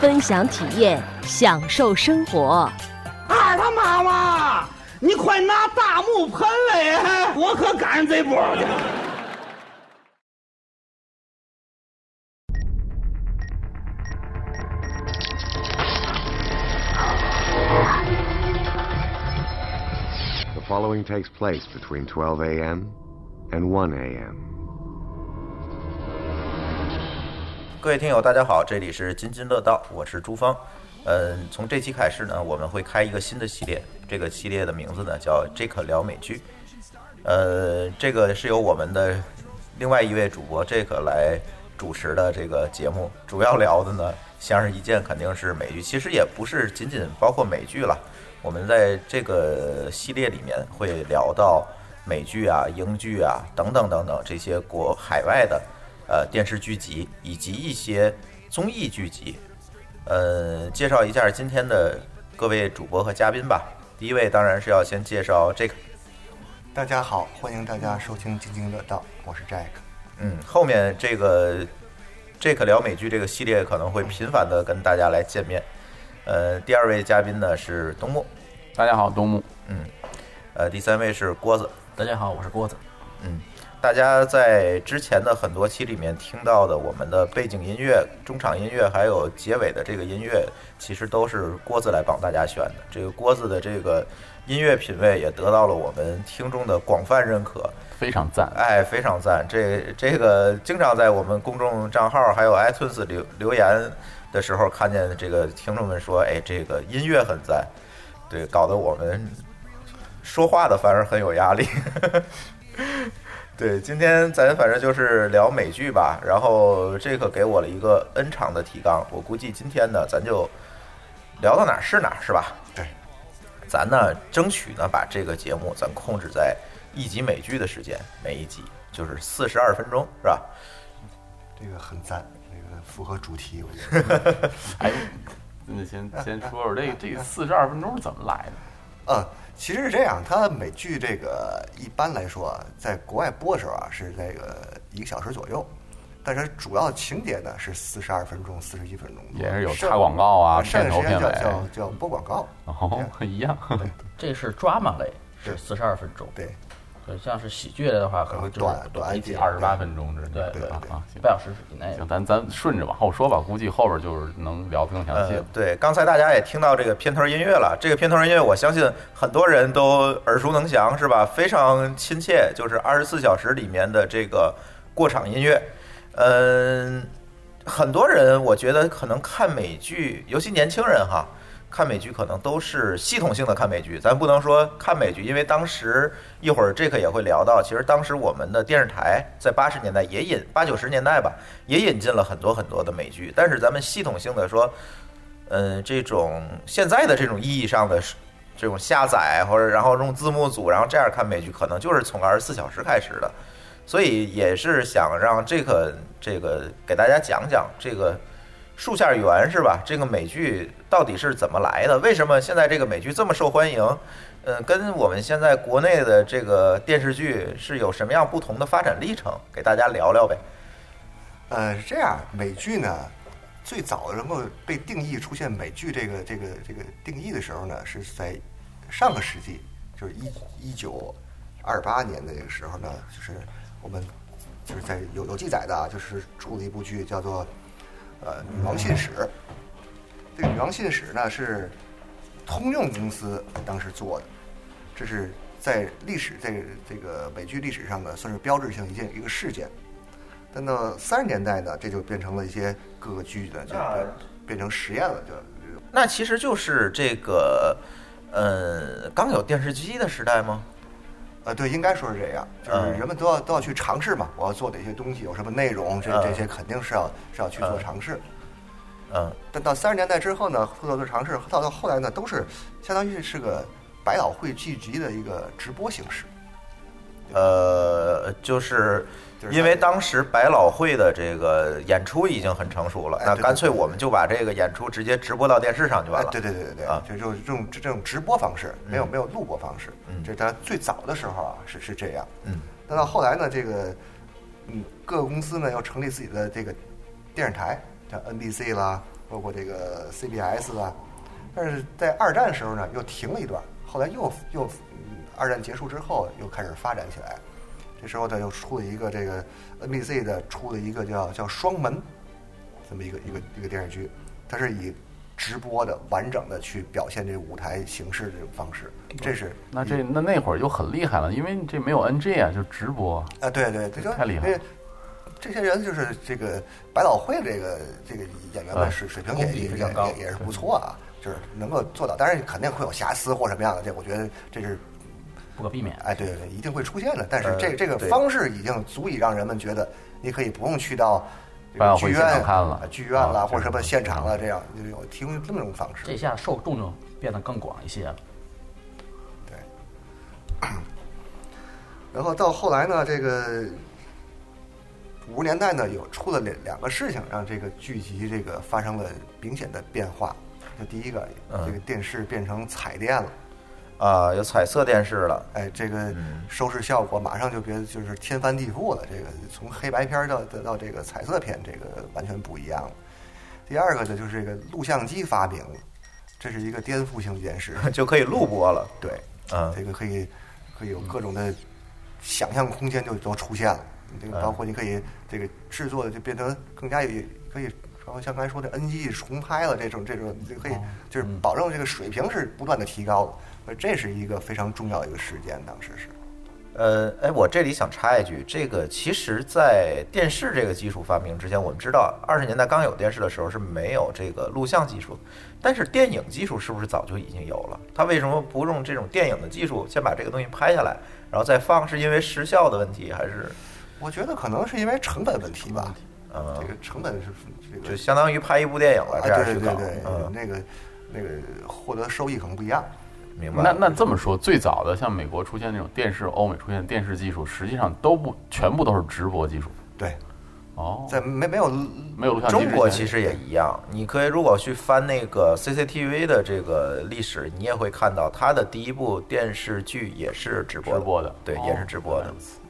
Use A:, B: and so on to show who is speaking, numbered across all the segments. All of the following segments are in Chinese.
A: 分享体验，享受生活。
B: 二他妈妈，你快拿大木盆来， 我可赶上这波去。
C: The following takes place between 12 a.m. and 1 a.m.
D: 各位听友，大家好，这里是津津乐道，我是朱芳。嗯，从这期开始呢，我们会开一个新的系列，这个系列的名字呢叫“这可聊美剧”。呃，这个是由我们的另外一位主播这可来主持的这个节目，主要聊的呢，相是一见肯定是美剧，其实也不是仅仅包括美剧了。我们在这个系列里面会聊到美剧啊、英剧啊等等等等这些国海外的呃电视剧集，以及一些综艺剧集。呃，介绍一下今天的各位主播和嘉宾吧。第一位当然是要先介绍这个，
E: 大家好，欢迎大家收听《津津乐道》，我是 Jack。
D: 嗯，后面这个这个聊美剧这个系列可能会频繁的跟大家来见面。呃，第二位嘉宾呢是东木，
F: 大家好，东木。
D: 嗯，呃，第三位是郭子，
G: 大家好，我是郭子。
D: 嗯，大家在之前的很多期里面听到的我们的背景音乐、中场音乐，还有结尾的这个音乐，其实都是郭子来帮大家选的。这个郭子的这个音乐品味也得到了我们听众的广泛认可，
F: 非常 赞。
D: 哎，非常赞！这这个经常在我们公众账号还有 iTunes 留留言的时候，看见这个听众们说，哎，这个音乐很赞，对，搞得我们说话的反而很有压力。 对，今天咱反正就是聊美剧吧，然后这个给我了一个 N 长的提纲，我估计今天呢，咱就聊到哪儿是哪儿，是吧？
E: 对，
D: 咱呢争取呢把这个节目咱控制在一集美剧的时间，每一集就是四十二分钟，是吧？
E: 这个很赞，这个符合主题，我觉得。
F: 哎，那先先说说这个这四十二分钟是怎么来的？
E: 嗯，其实是这样，它美剧这个一般来说啊，在国外播的时候啊是这个一个小时左右，但是主要情节呢是四十二分钟、四十一分钟多，
F: 也是有插广告啊
E: 剩
F: 片头
E: 剩下的时间
F: 片
E: 叫
F: 尾
E: 叫叫播广告，
F: 哦，一样。
G: 这是 drama 类，是
E: 对
G: 四十二分钟。
E: 对，呃
G: 对，像是喜剧类的话，可能就是
E: 短短一
G: 一集
E: 点
F: 二十八分钟之内，
G: 对
F: 吧？
E: 对
F: 啊，行
G: 半小时以内。
F: 行，咱咱顺着往后说吧，估计后边就是能聊得更详细
D: 呃
F: 了。，
D: 对，刚才大家也听到这个片头音乐了，这个片头音乐我相信很多人都耳熟能详，是吧？非常亲切，就是二十四小时里面的这个过场音乐。嗯，很多人我觉得可能看美剧，尤其年轻人哈，看美剧可能都是系统性的看美剧，咱不能说看美剧，因为当时一会儿这个也会聊到，其实当时我们的电视台在八十年代也引八九十年代吧，也引进了很多很多的美剧，但是咱们系统性的说，嗯，这种现在的这种意义上的是这种下载或者然后用字幕组，然后这样看美剧，可能就是从二十四小时开始的，所以也是想让这个这个给大家讲讲这个树下园是吧？这个美剧到底是怎么来的？为什么现在这个美剧这么受欢迎？嗯，跟我们现在国内的这个电视剧是有什么样不同的发展历程？给大家聊聊呗。
E: 呃，是这样，美剧呢，最早能够被定义出现美剧这个这个这个定义的时候呢，是在上个世纪，就是一一九二八年的这个时候呢，就是我们就是在有有记载的啊，就是出了一部剧叫做呃《女王信使》。这个《女王信使》呢是通用公司当时做的，这是在历史这个这个美剧历史上呢算是标志性一件一个事件。但到三十年代呢，这就变成了一些各个剧呢，就变变成实验了，就就
D: 那其实就是这个，呃，刚有电视机的时代吗？
E: 呃，对，应该说是这样，就是
D: 嗯
E: 人们都要都要去尝试嘛，我要做哪些东西，有什么内容，这
D: 嗯
E: 这些肯定是要是要去做尝试。
D: 嗯
E: 但到三十年代之后呢，《特色尝试》到到后来呢，都是相当于是个百老汇剧集的一个直播形式。
D: 呃，就是
E: 就是
D: 因为
E: 大家
D: 当时百老汇的这个演出已经很成熟了，
E: 哎
D: 那
E: 对
D: 干
E: 对
D: 脆我们就把这个演出直接直播到电视上就完
E: 哎，
D: 了。
E: 对对对对对，
D: 啊
E: 就就这种这这种直播方式，没有、
D: 嗯
E: 没有录播方式。
D: 嗯
E: 这是它最早的时候啊，是是这样。
D: 嗯，
E: 那到后来呢，这个嗯，各个公司呢又成立自己的这个电视台，像 NBC 啦，包括这个 CBS 啦。但是在二战时候呢，又停了一段，后来又又、嗯二战结束之后又开始发展起来。这时候呢，又出了一个这个 NBC 的出了一个叫叫《双门》这么一个一个一个电视剧，它是以直播的完整的去表现这舞台形式的这种方式，这是
F: 那这那那会儿就很厉害了，因为你这没有 NG 啊，就直播。
E: 啊，对对，这就
F: 太厉害了
E: 因为这些人就是这个百老汇这个这个演员们
F: 嗯
E: 水水平也
G: 功底
E: 也
G: 非
E: 也
G: 常高
E: 也也是不错啊，就是能够做到，当然肯定会有瑕疵或什么样的，这我觉得这是
G: 不可避免。
E: 哎，对对，对一定会出现的。但是
D: 呃
E: 这这个
D: 对
E: 方式已经足以让人们觉得，你可以不用去到这
F: 百
E: 个
F: 老
E: 剧
F: 汇
E: 院
F: 现场看了
E: 啊剧院啦，
F: 啊
E: 或者什么
F: 这种
E: 现场了，这样就有提供这么种方式。
G: 这下受众就变得更广一些了。
E: 然后到后来呢，这个五十年代呢，有出了两两个事情，让这个剧集这个发生了明显的变化。就第一个，
D: 嗯
E: 这个电视变成彩电了，
D: 啊，有彩色电视了。
E: 哎，这个
D: 嗯
E: 收视效果马上就别就是天翻地覆了。这个从黑白片儿到到这个彩色片，这个完全不一样了。第二个呢，就是这个录像机发明了，这是一个颠覆性的件事。
D: 就可以录播了。
E: 对，
D: 嗯
E: 这个可以可以有各种的想象空间就都出现了。这个
D: 嗯
E: 包括你可以这个制作的就变成更加有可以，包括像刚才说的 NG 重拍了这种这种，就可以就是保证这个水平是不断的提高的。所以这是一个非常重要的一个事件，当时是。
D: 呃，哎，我这里想插一句，这个其实，在电视这个技术发明之前，我们知道二十年代刚有电视的时候是没有这个录像技术，但是电影技术是不是早就已经有了？它为什么不用这种电影的技术先把这个东西拍下来，然后再放？是因为时效的问题，还是
E: 我觉得可能是因为成本问题吧，
D: 呃
E: 这，个成本是这个
D: 嗯就相当于拍一部电影了
E: 啊，
D: 这样
E: 对
D: 去
E: 对
D: 搞
E: 对？对，
D: 嗯，
E: 那个那个获得收益可能不一样。
D: 明白
F: 那
D: 了。
F: 那这么说，最早的像美国出现那种电视，欧美出现电视技术，实际上都不全部都是直播技术。
E: 对，
F: 哦，
E: 在没没有
F: 没有录像机之
D: 中
F: 前
D: 国其实也一样，你可以如果去翻那个 CCTV 的这个历史，你也会看到它的第一部电视剧也是直播
F: 直播的，
D: 对，
F: 哦
D: 也是直播的嗯
F: 原来如，此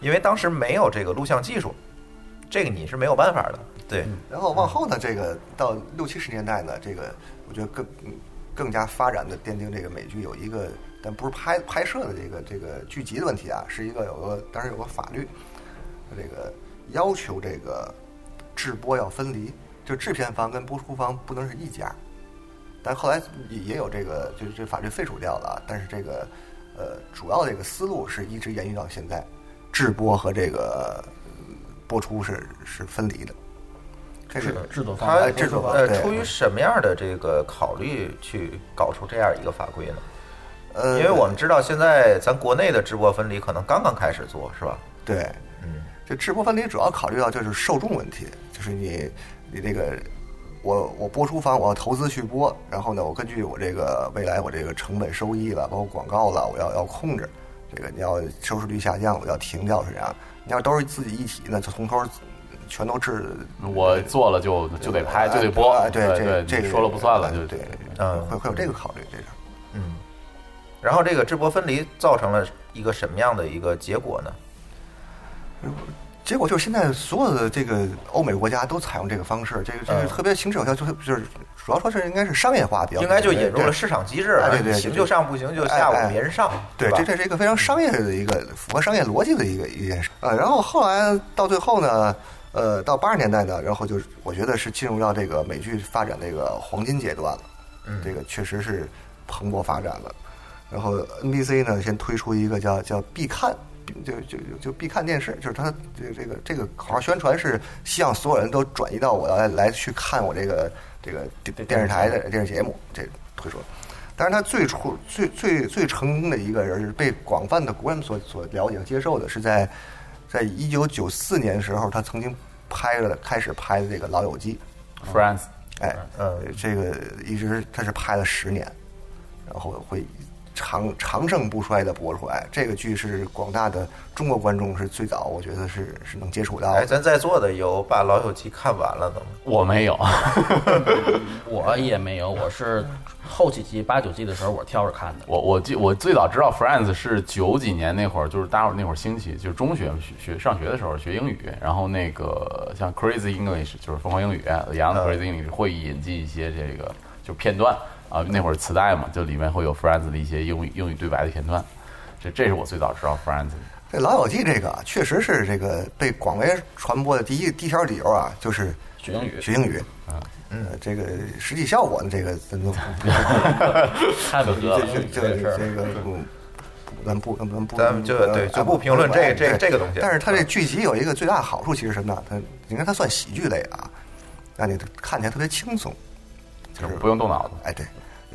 D: 因为当时没有这个录像技术，这个你是没有办法的，对，
F: 嗯
E: 然后往后呢，这个到六七十年代呢，这个我觉得更更加发展的奠定这个美剧有一个，但不是拍拍摄的这个这个剧集的问题啊，是一个有个当时有个法律，这个要求这个制播要分离，就制片方跟播出方不能是一家。但后来也也有这个，就是这法律废除掉了啊，但是这个呃主要这个思路是一直延续到现在，制播和这个呃播出是是分离的。这是
G: 制作方
D: 它
G: 案，
E: 制作吧
D: 呃，
E: 对
F: 嗯
D: 出于什么样的这个考虑去搞出这样一个法规呢？
E: 呃，
D: 因为我们知道现在咱国内的直播分离可能刚刚开始做，是吧？
E: 对，
D: 嗯，
E: 这直播分离主要考虑到就是受众问题，就是你你这个我我播出方我要投资去播，然后呢，我根据我这个未来我这个成本收益了，包括广告了，我要要控制。这个你要收视率下降，我要停掉是这样。你要都是自己一体呢，就从头全都治。
F: 我做了就就得拍，就得播呃
E: 哎，对
F: 对
E: 这这
F: 你
E: 个
F: 说了不算了，就
E: 对，
D: 嗯
E: 会会有这个考虑，这是。
D: 嗯，然后这个直播分离造成了一个什么样的一个结果呢？
E: 结果就是现在所有的这个欧美国家都采用这个方式，这个这个
D: 嗯
E: 特别行之有效，就是就是主要说是应该是商业化比较多，
D: 应该就引入
E: 对
D: 了市场机制了，
E: 哎对对对
D: 行就上，不行就下，
E: 哎哎
D: 我别人上，
E: 对，
D: 吧
E: 这这是一个非常商业的一个符合商业逻辑的一个一件事。呃，然后后来到最后呢，呃，到八十年代呢，然后就是我觉得是进入到这个美剧发展这个黄金阶段了，这个确实是蓬勃发展了。然后 NBC 呢，先推出一个叫叫必看，就就就就必看电视，就是它这个这个这个口号宣传是希望所有人都转移到我来来去看我这个这个电电视台的电视节目，这推出。但是它最出最最最成功的一个人是被广泛的国人所所了解接受的，是在在一九九四年时候，他曾经拍了开始拍的这个《老友记》，
F: France，
E: 哎，
D: 嗯
E: 呃，这个一直他是拍了十年，然后会长长盛不衰的播出来。这个剧是广大的中国观众是最早，我觉得是是能接触到
D: 哎，
E: 的。
D: 咱在座的有把《老友记》看完了的吗？
F: 我没有，
G: 我也没有，我是后几季八九季的时候我挑着看的。
F: 我我记我最早知道 Friends 是九几年那会儿，就是大伙儿那会儿兴起，就是中学学学上学的时候学英语，然后那个像 Crazy English 就是疯狂英语，杨
E: 嗯
F: 的 Crazy English 会引进一些这个就片段啊，那会儿磁带嘛，就里面会有 Friends 的一些英语英语对白的片段，这这是我最早知道 Friends 的。
E: 这《老友记》这个啊确实是这个被广为传播的第一第一条理由啊，就是
G: 学英语
E: 学英语。
D: 啊
E: 嗯，这个实际效果呢，这个 咱都
G: 太不得了，
E: 这 这
G: 个
E: 这
G: 事儿
E: 这个不，咱不咱不，呃
D: 咱们就对就不评论这这这个东西嗯
E: 但是它这剧集有一个最大的好处，其实什么呢？它你看它算喜剧类的啊，让你看起来特别轻松。
F: 就是不用动脑子，
E: 哎，对，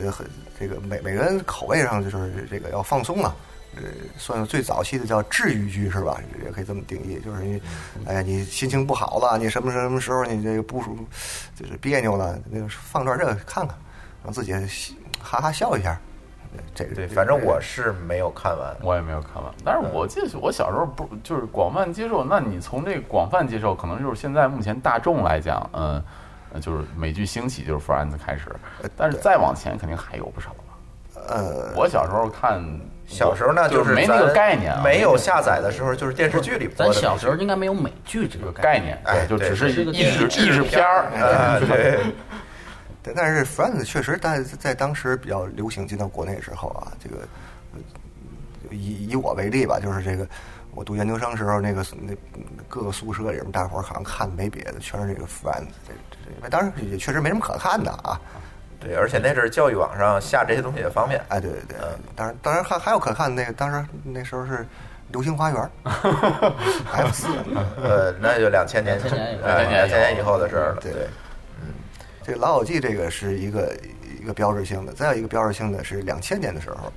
E: 呃，很这个每每个人口味上就是这个要放松了。呃，算是最早期的叫治愈剧是吧？也可以这么定义，就是你，哎呀，你心情不好了，你什么什么时候你这个不舒，就是别扭了，那个放段这个看看，让自己哈哈笑一下。这个
D: 对，反正我是没有看完。
F: 我也没有看完。但是我记得我小时候不就是广泛接受，那你从这个广泛接受，可能就是现在目前大众来讲，嗯，呃就是美剧兴起就是 Friends 开始，但是再往前肯定还有不少吧。
E: 呃，
F: 我小时候看，
D: 小时候呢，
F: 就是没那个
D: 咱
F: 概念啊，
D: 没有
F: 那个
D: 下载的时候，就是电视剧里播
G: 咱
D: 的。
G: 小时候应该没有美剧这个
F: 概
G: 概念
F: 念，，
D: 哎
F: 对，就
D: 对
F: 只是
G: 是个
F: 意识意识片儿。
D: 啊，对，
E: 对，但是 Friends 确实在在当时比较流行，进到国内之后啊，这个呃以以我为例吧，就是这个我读研究生时候，那个那各个宿舍里面大伙儿好像看没别的，全是这个 Friends 这这这，当然也确实没什么可看的啊。
D: 对，而且那阵儿教育网上下这些东西也方 便。
E: 哎，对对对，当然当然还还有可看的那个，当时那时候是《流星花园》F 四，
D: 呃，那就两千年，
G: 2000年以后
D: 哎2000
F: 2000年以后
D: 年以后的事儿了。
E: 对
D: 对，
E: 这个《老友记》这个是一个一个标志性的，再有一个标志性的是两千年的时候，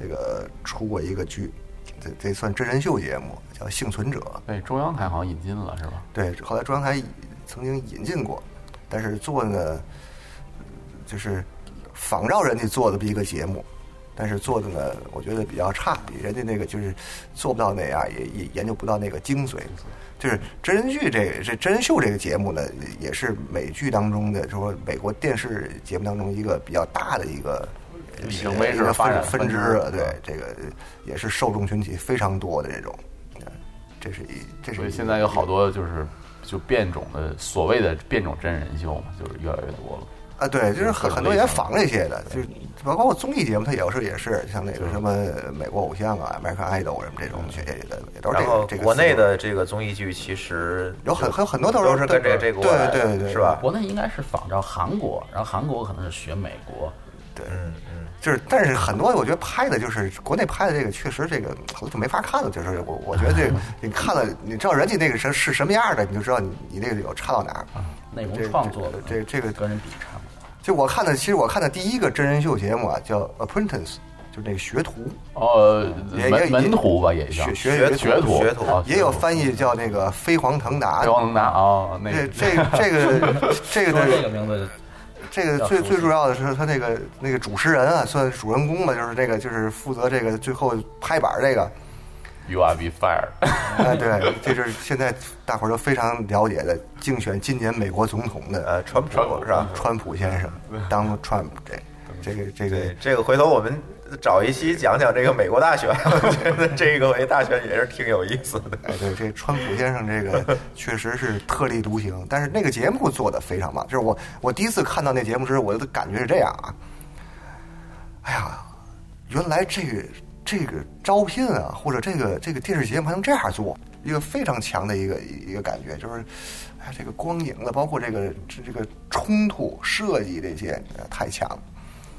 E: 这个出过一个剧，这这算真人秀节目，叫《幸存者》。
F: 对，中央台好像引进了是吧？
E: 对，后来中央台曾经引进过，但是做呢，就是仿照人家做的一个节目，但是做的呢，我觉得比较差，比人家那个就是做不到那样，也也研究不到那个精髓。就是真人剧这这真人秀这个节目呢，也是美剧当中的，就是说美国电视节目当中一个比较大的一个
F: 里程碑
E: 一
F: 式
E: 个
F: 发展
E: 分分支
F: 分支
E: 了。对，这个也是受众群体非常多的这种，呃这是一这是
F: 所
E: 一
F: 以现在有好多就是就变种的所谓的变种真人秀嘛，就是越来越多了。
E: 啊，对，就是很
F: 各种
E: 很多
F: 类
E: 也
F: 型
E: 仿这些的，就是包括综艺节目，它有时候也是像那个什么美国偶像啊、American Idol 什么这种，也也也都是
D: 嗯然
E: 这
D: 后
E: 个这个
D: 国内
E: 思路
D: 的这个综艺剧其实
E: 有很
D: 就
E: 很很多都是
D: 都是跟这个这个过来的
E: 对对对对
D: 是吧？
G: 国内应该是仿照韩国，然后韩国可能是学美国，
E: 就是，但是很多我觉得拍的就是国内拍的这个，确实这个我就没法看了。就是我我觉得 这个你看了，你知道人家那个是是什么样的，你就知道你你那个有差到哪儿。
D: 嗯
G: 内容
E: 这
G: 创作的
E: 这这个
G: 跟人比差不多。
E: 就我看的，其实我看的第一个真人秀节目啊，叫《Apprentice》，就是那个学徒。
F: 哦，
E: 也
F: 门
E: 也
F: 门徒吧，也叫
E: 学
D: 学徒
E: 学
F: 学徒
D: 哦学徒
F: 啊
E: 也有翻译叫那个飞黄腾达。
F: 飞黄腾达哦，那
E: 这
F: 个
E: 这这个 这个
G: 说这个
E: 的
G: 名字，
E: 这个最最主要的是他那个那个主持人啊，算主人公吧，就是这个就是负责这个最后拍板儿这个，
F: You are be fired，
E: 哎，对，这就是现在大伙儿都非常了解的竞选今年美国总统的
D: 呃，川普
F: 川普
D: 是吧？
E: 川普先生，Donald Trump 这这个这个
D: 对，这个回头我们找一期讲讲这个美国大选， 我觉得这个回大选也是挺有意思的。
E: 哎，对，这川普先生这个确实是特立独行，但是那个节目做的非常棒。就是我我第一次看到那节目时，我的感觉是这样啊，哎呀，原来这个这个招聘啊，或者这个这个电视节目还能这样做，一个非常强的一个一个感觉，就是哎，这个光影的，包括这个这这个冲突设计这些、呃太强了。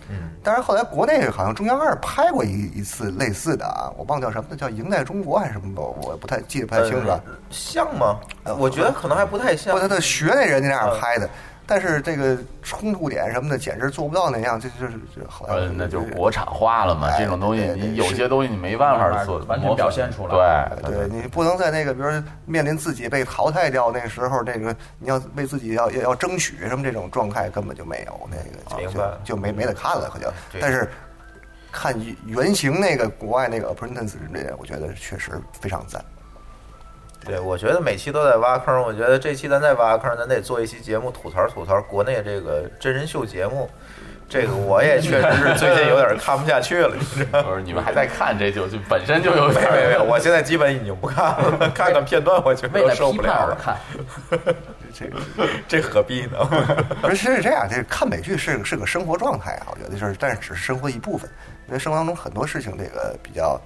F: 嗯
E: 但是后来国内好像中央二拍过一一次类似的啊，我忘掉什么的，叫《赢在中国》还是什么的，我不太
G: 啊
F: 呃
E: 记得不太清楚了。啊
D: 呃
G: 呃
D: 呃像吗？我觉得可能还不太像
F: 呃
E: 不，。他他学那人家那样拍的，但是这个冲突点什么的，简直做不到那样，这就是这好
F: 呃，
E: 像
F: 那就是国产化了嘛，
E: 哎
F: 这种东西
E: 对对
F: 你有
E: 是
F: 些东西你没办法做，
G: 完全
F: 模仿
G: 表现出来
F: 对对
E: 对你不能在那个，比如说面临自己被淘汰掉那个时候，这个你要为自己要要要争取什么这种状态根本就没有，那个
D: 哦明
E: 就
D: 白嗯
E: 就就没没得看了，可就
D: 对。
E: 但是看原型那个国外那个 Apprentice 这个，我觉得确实非常赞。
D: 对，我觉得每期都在挖坑，我觉得这期咱再挖坑，咱得做一期节目吐槽吐槽国内这个真人秀节目。这个我也确实是最近有点看不下去了，你知道吗？
F: 不是你们还在看这就就本身就有
D: 没
F: 点
D: 有没有没有，
F: 儿
D: 我现在基本已经不看了，看看片段我就
G: 为了
D: 受
G: 批
D: 不
G: 判
D: 了
G: 而
D: 了，
G: 看，
E: 这个
D: 这何必呢？
E: 不是是这样，这看美剧是是个生活状态啊，我觉得就是，但是只是生活一部分，因为生活当中很多事情这个比较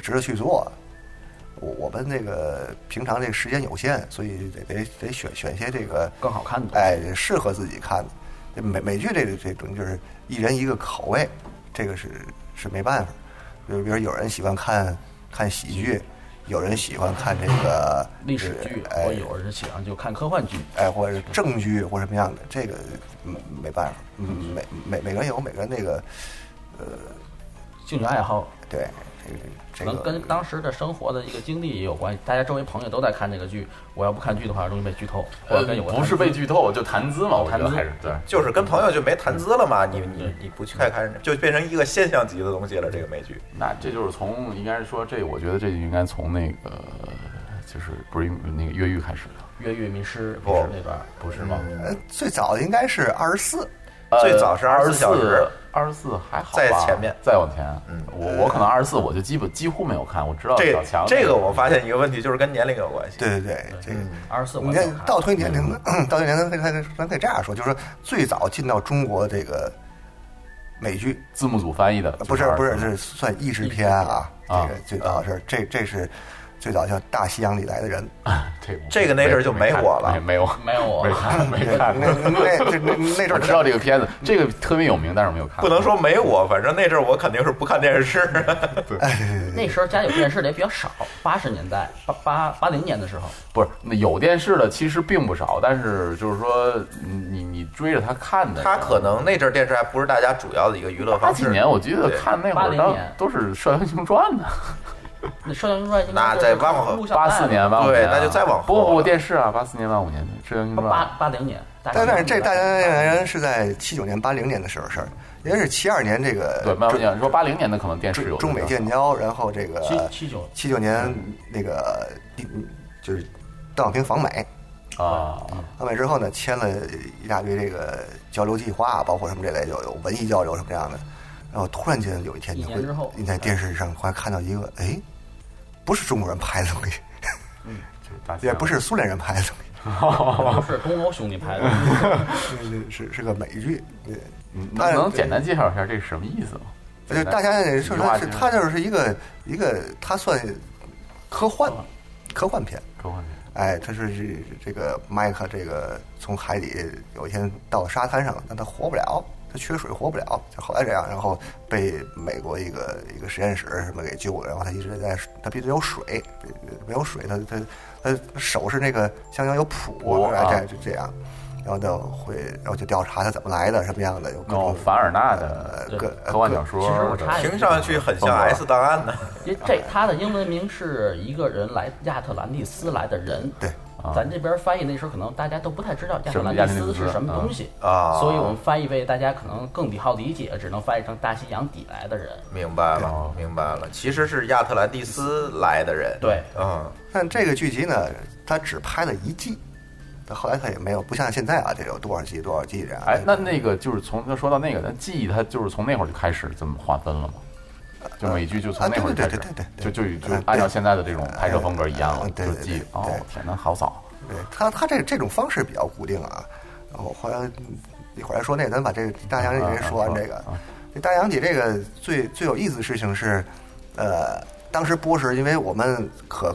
E: 值得去做。我我们这个平常这个时间有限，所以得得得选选些这个
G: 更好看的东西
E: 哎，适合自己看的。这美美剧这个这种就是一人一个口味，这个是是没办法。比如比如有人喜欢看看喜剧，有人喜欢看这个
G: 历史剧，
E: 哎
G: 我有人喜欢就看科幻剧，
E: 哎，或者是证据或什么样的，这个嗯没办法，嗯每每每个人有每个人那个，
G: 兴趣爱好
E: 对，这
G: 可
E: 个这
G: 能
E: 个
G: 跟当时的生活的一个经历也有关系。大家周围朋友都在看这个剧，我要不看剧的话，容易被剧透。或
F: 呃
G: 者跟有个
F: 不是被剧透就谈资嘛，我觉
G: 谈
F: 得
G: 资
F: 还是对，
D: 就是跟朋友就没谈资了嘛，你你你不去看看，就变成一个现象级的东西了。这个美剧，
F: 那这就是从应该是说这，我觉得这就应该从那个就是不是那个越狱开始的，
G: 越狱迷失
D: 不
G: 不是那段，
F: 不是吗？
E: 呃最早应该是二十四，
D: 最早是
F: 二
D: 24小时，
F: 呃二十四还好吧，
D: 在前面
F: 再往前，
D: 嗯
F: 我我可能二十四我就基本几乎没有看，我知道
D: 这
F: 哦小强
D: 这个我发现一个问题，就是跟年龄有关系。
E: 对对对，这个。
G: 二十四我
E: 你
G: 也
E: 看
G: 有看
E: 倒推年龄，倒推年龄，咱可以咱可以这样说，就是说最早进到中国这个美剧，
F: 字幕组翻译的，
E: 呃不是
F: 24
E: 不是，是算译制片啊，
F: 啊
E: 这个最早是这这是最早叫《大西洋里来的人》，
F: 这啊个我
D: 这个那阵儿就没
F: 看
D: 我了
F: 没没有
G: 没有我
F: 没看没
E: 对那
F: 看过。
E: 那那这那那阵
F: 我
E: 儿
F: 知道这个片子，这个特别有名，但是我没有看。
D: 不能说没我，反正那阵儿我肯定是不看电视。
E: 嗯
G: 那时候家有电视的也比较少，八十年代八八八零年的时候，
F: 不是那有电视的其实并不少，但是就是说你你你追着他看的，
D: 他可能那阵儿电视还不是大家主要的一个娱乐
F: 八
D: 方
F: 几
D: 式。
F: 年我记得看那会儿
G: 80
F: 当
G: 年
F: 都是《射雕英雄传》呢，
G: 那《射雕英雄传》应该
D: 那
G: 就是
D: 再往
G: 靠
D: 后
G: 录像带
F: 八四年八五
D: 对
F: 年啊，
D: 那就再往后
F: 不不不
D: 了
F: 电视啊，八四年八五年《射雕英雄
G: 八
F: 传》
G: 八八零年，大
E: 但但是这
G: 概
E: 大家
F: 嗯
E: 人是在七九年、八零年的时候事儿，因为是七二年这个
F: 对，慢慢
E: 中
F: 讲，说八零年的嗯可能电视有
E: 中中美
F: 那个
E: 建交，然后这个
G: 七七 九
E: 七九年那个嗯就是邓小平访美，
F: 啊，
E: 访美之后呢，签了一大堆这个交流计划，包括什么这类有有文艺交流什么这样的，然后突然间有一天你
G: 一
E: 会
G: 年之后
E: 你在电视上会看到一个哎，不是中国人拍的东西，
F: 大西
E: 也
F: 洋
E: 不是苏联人拍的东西。
F: 哦
G: 不是东欧兄弟拍的，
E: 是是是个美剧，对，
F: 嗯
E: 但
F: 能
E: 是
F: 能简单介绍一下这是什么意思吗？
E: 就大家也是
F: 一句
E: 它
F: 话
E: 是
F: 就是
E: 它就是一个一个，它算科幻科幻片。
F: 科幻
E: 哎，它是这个麦克这个从海底有一天到沙滩上，但他活不了，他缺水活不了，就后来这样，然后被美国一个一个实验室什么给救了，然后他一直在他必须有水，没有水他他他手是那个相当于有蹼，
F: 蹼啊
E: 哎，这就这样。然后就会，然后就调查他怎么来的，什么样的，有各
F: 片，哦，
E: 种
F: 凡尔纳的
E: 呃各
F: 科幻
E: 各
F: 小说
G: 其实我
F: 的
G: 插一句
D: 听上去很像
F: 风格
D: S 档案呢。
G: 因为这他的英文名是一个人来亚特兰蒂斯来的人，
E: 对，
G: 咱这边翻译那时候可能大家都不太知道亚特
F: 啊什么
G: 兰
F: 亚
G: 蒂
F: 特兰蒂
G: 斯
F: 斯
G: 是什么东西
D: 啊
G: 所以我们翻译为大家可能更好理解，只能翻译成大西洋底来的人。
D: 明白了，明白了，其实是亚特兰蒂斯来的人。
G: 对，
D: 嗯，
E: 但这个剧集呢，它只拍了一季，但后来它也没有，不像现在啊，这有多少季多少季这样。
F: 哎，那那个就是从要说到那个，那记忆它就是从那会儿就开始这么划分了吗？就美剧就从那会儿就开始
E: 呃啊对对对，对
F: 就
E: 对
F: 就
E: 对
F: 就按照现在的这种拍摄风格一样了，
E: 嗯对
F: 就
E: 对
F: 记
E: 对
F: 哦
E: 对，
F: 天哪，好早，
E: 对它它这这种方式比较固定啊。然后后来嗯一会儿再说那个，咱把这个大洋里这说完这个
F: 啊啊啊。
E: 这大洋里这个最最有意思的事情是，呃，当时播时，因为我们可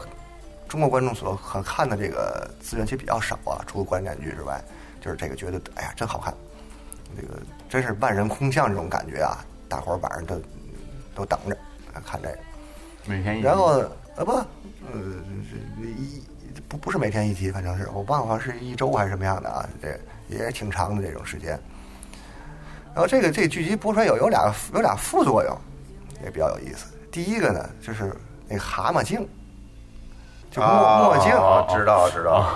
E: 中国观众所可看的这个资源其实比较少啊，除了观展剧之外，就是这个觉得哎呀真好看，这个真是万人空巷这种感觉啊！大伙儿晚上都都等着啊看这个。
F: 每天一集
E: 然后呃不，呃一不不是每天一集，反正是我忘了好像是一周还是什么样的啊，这也挺长的这种时间。然后这个这剧集播出来有有俩有俩副作用，也比较有意思。第一个呢，就是那个蛤蟆镜，就墨、墨镜，
D: 啊知道知道，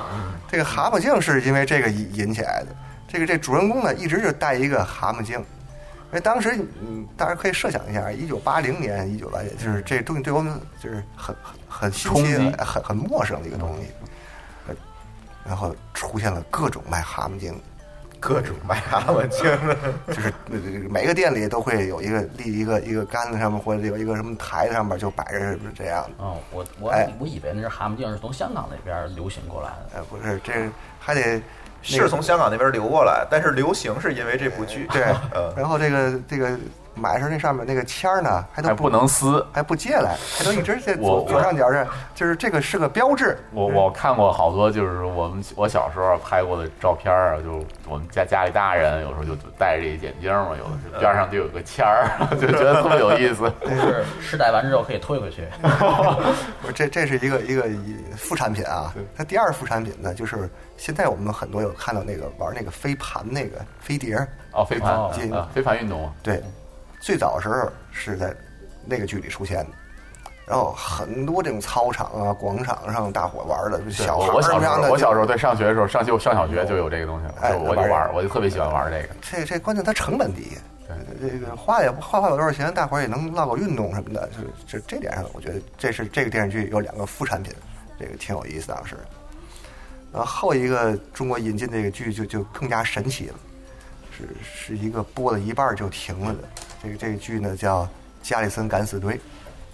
E: 这个蛤蟆镜是因为这个引引起来的。这个这主人公呢，一直是戴一个蛤蟆镜，因为当时嗯，大家可以设想一下，一九八零年、一九八就是这东西对我们就是很很很新奇
F: 冲、击
E: 很很陌生的一个东西。呃然后出现了各种卖蛤蟆镜的，
D: 各种卖蛤蟆精，
E: 就是呃每个店里都会有一个立一个一个杆子上面，或者有一个什么台子上面就摆着什么这样的。
G: 哦，我我
E: 哎
G: 我以为那是蛤蟆镜是从香港那边流行过来的。
E: 呃，不是，这还得那个
D: 是从香港那边流过来，但是流行是因为这部 剧。
E: 对
F: 呃
D: 嗯，
E: 然后这个这个买的时候那上面那个签儿呢，还都
F: 还不能撕。
E: 还不借来，还都一直在
F: 我
E: 左
F: 我
E: 左上角这，就是这个是个标志。
F: 我我看过好多，就是我们我小时候拍过的照片儿啊，就我们家家里大人有时候就戴着这眼镜嘛，有的是边上就有个签儿， 就觉得特别有意思。
G: 就是试戴完之后可以退回去，
E: 我这这是一个一个副产品啊。那第二副产品呢，就是现在我们很多有看到那个玩那个飞盘那个飞碟儿，
F: 哦，飞盘
G: 哦
F: 啊，飞盘运动，
E: 对，最早时候是在那个剧里出现的。然后很多这种操场啊、广场上大伙玩的，就
F: 对
E: 小孩
F: 我
E: 儿
F: 我小时
E: 样的
F: 候
E: 就
F: 我小时候对上学的时候，上学上小学就有这个东西
E: 哎
F: 了，就我就
E: 玩儿
F: 玩儿，我就特别喜欢玩儿这个。
E: 这这关键它成本低，呃这个花也不花不了多少钱，大伙儿也能唠个运动什么的，就是这这点上，我觉得这是这个电视剧有两个副产品，这个挺有意思当时。然呃后一个中国引进这个剧就就更加神奇了，是是一个播了一半儿就停了的，这个这个剧呢叫《加里森敢死队》，嗯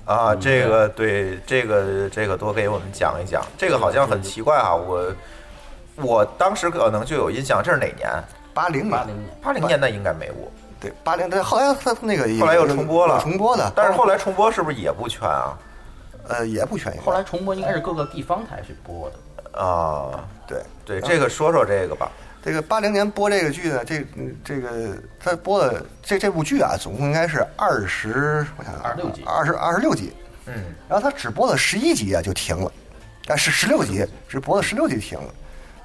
D: 啊，这个对，这个这个多给我们讲一讲。这个好像很奇怪啊，我我当时可能就有印象，这是哪年？
E: 八零
G: 八
E: 年
G: 零年。
D: 八零年代应该没有，
E: 对八零，但后来他那个也
D: 后来又重播了，
E: 重播的，哦
D: 但是后来重播是不是也不全啊？
E: 呃也不全，
G: 后来重播应该是各个地方台去播的，
D: 啊，
E: 对
D: 对，这个说说这个吧。
E: 这个八零年播这个剧呢，这嗯这个他播了这这部剧啊，总共应该是二十，我想
G: 26集
E: 二十二十六集，
D: 嗯，
E: 然后他只播了十一集啊就停了，啊是十六集，只播了十六集停了，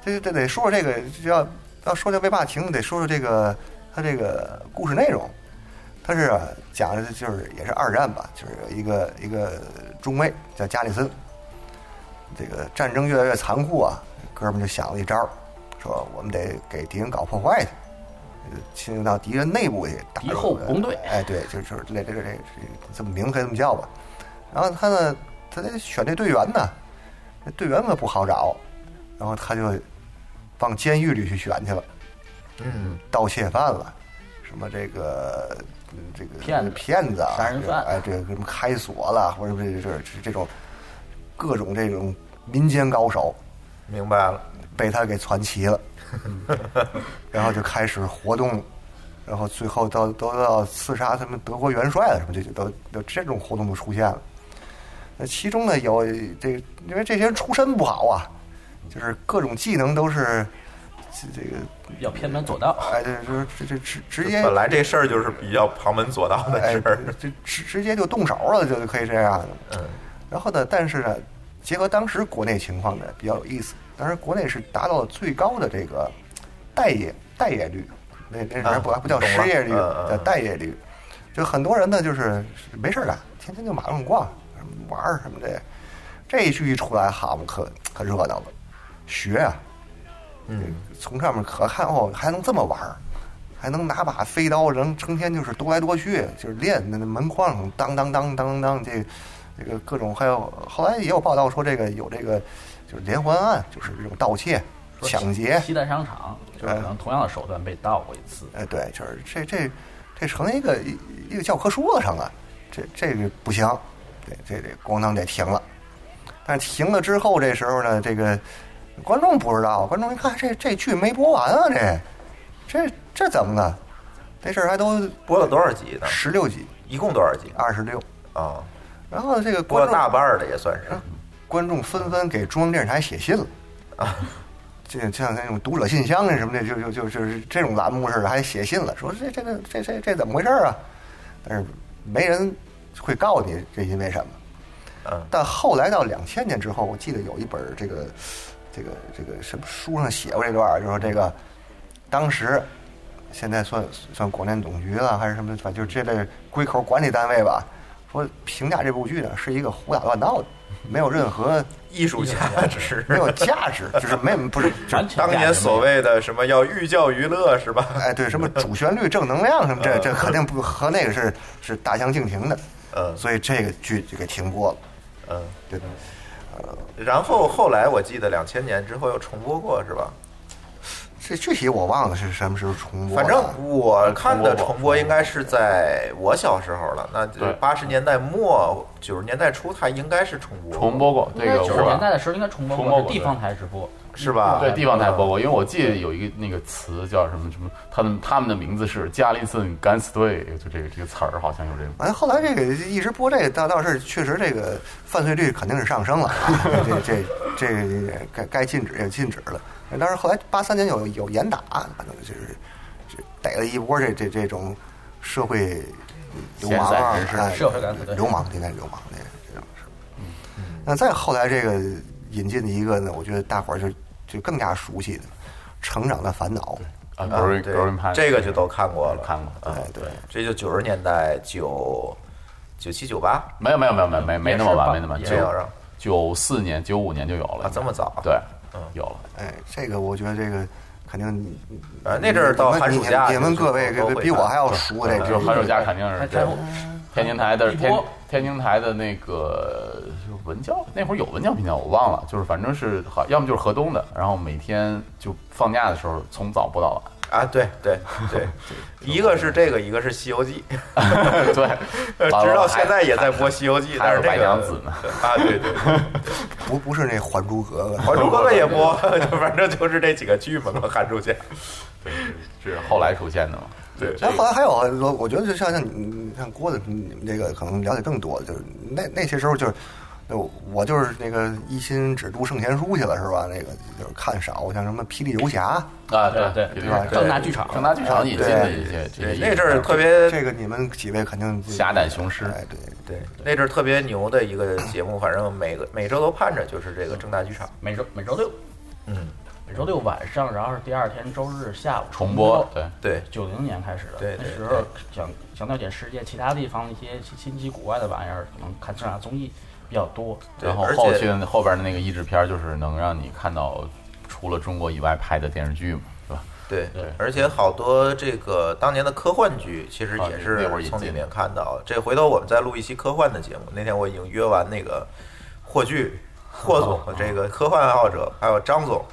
E: 这这得说说这个就要要说这为嘛停，得说说这个他这个故事内容，他是啊讲的就是也是二战吧，就是有一个一个中尉叫加里森，这个战争越来越残酷啊，哥们儿就想了一招儿，说我们得给敌人搞破坏去，呃侵入到敌人内部去，打
G: 敌后攻队
E: 哎，对，就就是这这这这这么名可以这么叫吧。然后他呢，他得选这队员呢，那队员可不好找，然后他就往监狱里去选去了。
D: 嗯，
E: 盗窃犯了，什么这个嗯这个
G: 骗子
E: 骗子啊，
G: 杀人犯
E: 哎，这个什么开锁了，或者这这这这种各种这种民间高手
D: 明白了。
E: 被他给攒齐了，然后就开始活动，然后最后到都到刺杀他们德国元帅了，什么这就都都这种活动都出现了。那其中呢，有这因为这些人出身不好啊，就是各种技能都是这这个
G: 比较偏门左道。
E: 哎，这就是这这直直接
D: 本来这事儿就是比较旁门左道的
E: 哎
D: 事儿，，
E: 就直直接就动手了，就可以这样。
D: 嗯，
E: 然后呢，但是呢，结合当时国内情况呢，比较有意思。当时国内是达到了最高的这个待业待业率，那那
D: 啊
E: 还不还不叫
D: 懂了
E: 失业率，
D: 嗯嗯
E: 叫待业率。就很多人呢，就是没事儿干，天天就马路上逛，什么玩儿什么的。这一句一出来，好嘛，可可热闹了，学啊，
D: 嗯，
E: 从上面可看哦，还能这么玩儿，还能拿把飞刀，人成天就是踱来踱去，就是练那那门框上当当当当当，这这个各种还有后来也有报道说这个有这个就是连环案，就是这种盗窃、
G: 说
E: 抢劫，
G: 西单商场就是可能同样的手段被盗过一次，
E: 哎，对，就是这这这成了一个一一个教科书了，成了，这这个不行，这这这咣当这停了。但是停了之后，这时候呢，这个观众不知道，观众一看这这剧没播完啊，这这这怎么了？这事儿还都
D: 播了多少集呢？
E: 十六集、
D: 一共多少集
E: 二十六，
D: 啊？
E: 然后这个
D: 播
E: 观
D: 了
E: 众
D: 大半儿的也算是。
E: 观众纷纷给中央电视台写信了。这像那种读者信箱啊什么的，就就就就是这种栏目似的，还写信了，说这这个这这这怎么回事啊？但是没人会告你这因为什么。
D: 嗯
E: 但后来到两千年之后，我记得有一本这个这个这个什么书上写过这段儿，就说这个当时现在算算广电总局了还是什么，反正就是这类归口管理单位吧，说评价这部剧呢是一个胡打乱闹的，没有任何
D: 艺术价值，
E: 没有价值，就是没有不是就是
G: 完全
D: 当年所谓的什么要寓教于乐是吧？
E: 哎，对，什么主旋律、正能量什么，这这肯定不和那个是是大相径庭的。
D: 嗯
E: 所以这个剧就给停播了，
D: 嗯，
E: 对吧？
D: 然后后来我记得两千年之后又重播过是吧？
E: 这具体我忘了是什么时候重播了。
D: 反正我看的
F: 重播过
D: 重播应该是在我小时候了，那
F: 对
D: 八十年代末九十年代初，它应该是重播过，
F: 重播过
G: 应
F: 这
G: 该
F: 个
G: 九十年代
F: 我
G: 的时候应该重播
F: 重播
G: 过
F: 过
G: 地方台直播，
D: 是吧？
F: 对地方台播过，因为我记得有一个那个词叫什么什么，他们他们的名字是加利森敢死队，就这个这个词儿好像有这个。
E: 完了后来这个一直播这个，倒倒是确实这个犯罪率肯定是上升了，这这这这该该禁止也禁止了。但是后来八三年有有严打，反正就是这逮了一波这这这种社会流氓啊
G: 闲散人，士
E: 哎
G: 社会敢死队
E: 流氓应该是流氓那这种事儿。
G: 嗯
E: 那再后来这个引进的一个呢，我觉得大伙儿就就更加熟悉的《成长的烦恼》。
F: 啊
D: 啊
F: ，Growing
D: 对
F: Growing Pain，
D: 这个就都看过了，
F: 看过啊
D: 嗯
E: 哎，对，
D: 这就九十年代九九七九八
F: 没有没有没有没有没没那么晚，没
G: 也是吧
F: 那么晚，
D: 也有是
F: 九
D: 吧
F: 九四年九五年就有了
D: 啊，这么早？
F: 对
D: 嗯，
F: 有了。
E: 哎，这个我觉得这个肯定你，
D: 呃那阵儿到
E: 你们
D: 寒暑假
E: 你们你们
D: 就
E: 各位
D: 就都会
E: 比我
D: 看
E: 还要熟这个。
F: 就寒暑假肯定
G: 还
F: 是
G: 还有
F: 嗯天津台的
G: 一
F: 天
G: 波
F: 天津台的那个就是文教，那会儿有文教频道，我忘了，就是反正是好，要么就是河东的，然后每天就放假的时候从早播到晚。
D: 啊，对对对，一个是这个，一个是《西游记》
F: 对，
D: 呃，
F: 完 了
D: 直到
F: 还
D: 现在也在播《西游记》，
F: 还
D: 但
F: 有
D: 是这个
F: 白娘子呢
D: 啊，对对，对
E: 不不是那《还珠格格》，
D: 《还珠格格》也播， 就反正就是这几个剧嘛，都寒暑假。
F: 对是后来出现的嘛？
D: 对，
E: 然后后来还有很多，我觉得就像像你像郭子，你们这个可能了解更多，就是那那些时候就是。那我我就是那个一心只读圣贤书去了，是吧？那个就是看少，像什么《霹雳游侠
F: 啊，
G: 对
F: 对
G: 对
F: 对，
G: 正大剧场
F: 正大剧场引进的一些哎这些
D: 对，
F: 艺术
D: 那阵儿
F: 片
D: 特别》，
E: 这个你们几位肯定
F: 侠胆雄狮
E: 哎，对，
D: 对，那阵儿特别牛的一个节目，反正每个每周都盼着就是这个正大剧场。
G: 每周每周六，
D: 嗯，
G: 每周六晚上，然后是第二天周日下午
F: 重播，
H: 哎
F: 对，
D: 对，
G: 九零年开始的，
D: 对
G: 那
D: 对
G: 时候想想了解世界其他地方的一些新奇古怪的玩意儿，可能看正大综艺比较多。
D: 对
F: 然后
D: 而且
F: 后续后边的那个译制片儿就是能让你看到除了中国以外拍的电视剧嘛，是吧？
D: 对
F: 对
D: 而且好多这个当年的科幻剧，其实
F: 啊
D: 也
F: 那会儿
D: 是
F: 引
D: 从里
F: 进
D: 面看到。这回头我们再录一期科幻的节目，那天我已经约完那个霍炬、霍总这个科幻爱好者，还有张总，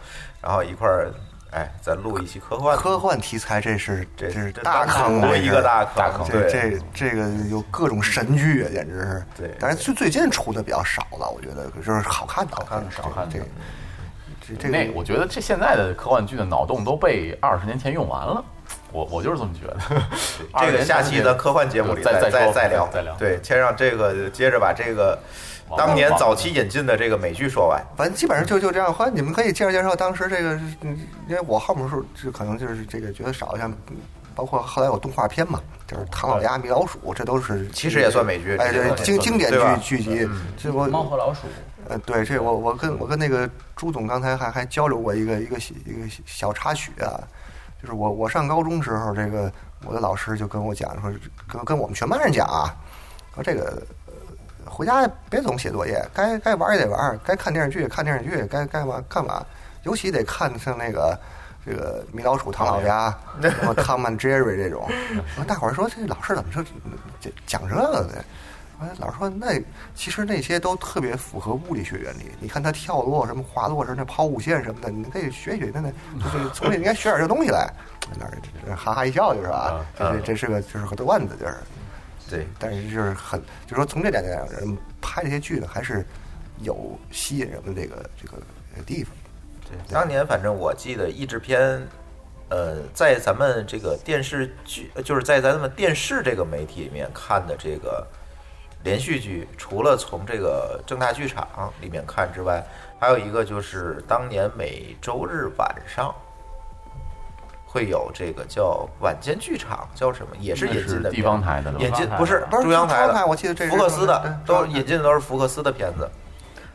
D: 然后一块儿，哎，咱录一期科幻的。
E: 科幻题材这是
D: 这
E: 是
D: 这
E: 大坑啊，
D: 多一个大坑，
F: 大坑
E: 这
D: 哦对
E: 这这个有各种神剧啊，简直是。
D: 对
E: 但是最最近出的比较少了，我觉得就是好看的，好
D: 看的
E: 这
F: 少看的
E: 这这这
F: 那
E: 个
F: 我觉得这现在的科幻剧的脑洞都被二十年前用完了，我我就是这么 觉得。
D: 这个下期的科幻节目里
F: 再
D: 再
F: 再
D: 再
F: 说
D: 聊
F: 再聊
D: 对，先让这个接着把这个
F: 网
D: 当年
F: 网
D: 早期引进的这个美剧说完。
E: 反正基本上就就这样。后来你们可以介绍介绍当时这个，嗯因为我后面是就可能就是这个觉得少，像包括后来有动画片嘛，就是《唐老鸭》《米老鼠》，这都是
D: 其实也算美剧
E: 哎，
D: 这
E: 对
D: 个，
E: 经经典
D: 对吧嗯
E: 剧剧集。这我
G: 猫和老鼠，
E: 呃，对，这我我跟我跟那个朱总刚才还还交流过一个一个小一个小插曲啊，就是我我上高中时候，这个我的老师就跟我讲说，跟跟我们全班人讲啊，说这个呃回家别总写作业，该该玩儿也得玩儿，该看电视剧也看电视剧，该该玩看玩，尤其得看像那个。这个米老鼠、唐老鸭，什么汤姆、Jerry 这种，我说大伙儿说这老师怎么就这讲这个的？哎，老师说那其实那些都特别符合物理学原理。你看他跳落什么滑落什么那抛物线什么的，你可以学一学，那那就是从里应该学点这东西来。那儿这哈哈一笑就是啊，这这这是个就是个段子，就是。
D: 对，
E: 但是就是很，就是说从这两点上人拍这些剧呢，还是有吸引人的这个这个这个地方。
D: 对，当年反正我记得译制片，呃，在咱们这个电视剧，呃就是在咱们电视这个媒体里面看的这个连续剧，除了从这个正大剧场里面看之外，还有一个就是当年每周日晚上会有这个叫晚间剧场，叫什么，也是引进的
F: 嗯那是地
D: 片
F: 方台的了吧
D: 引进
F: 地方台的
D: 不是
E: 不是
D: 中央台
E: 中央台
D: 的，
E: 我记得这是
D: 福克斯
E: 对
D: 的，
E: 中
D: 都
E: 央台
D: 引进的都是福克斯的片子。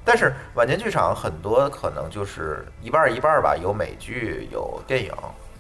D: 但是晚间剧场很多可能就是一半儿一半儿吧，有美剧有电影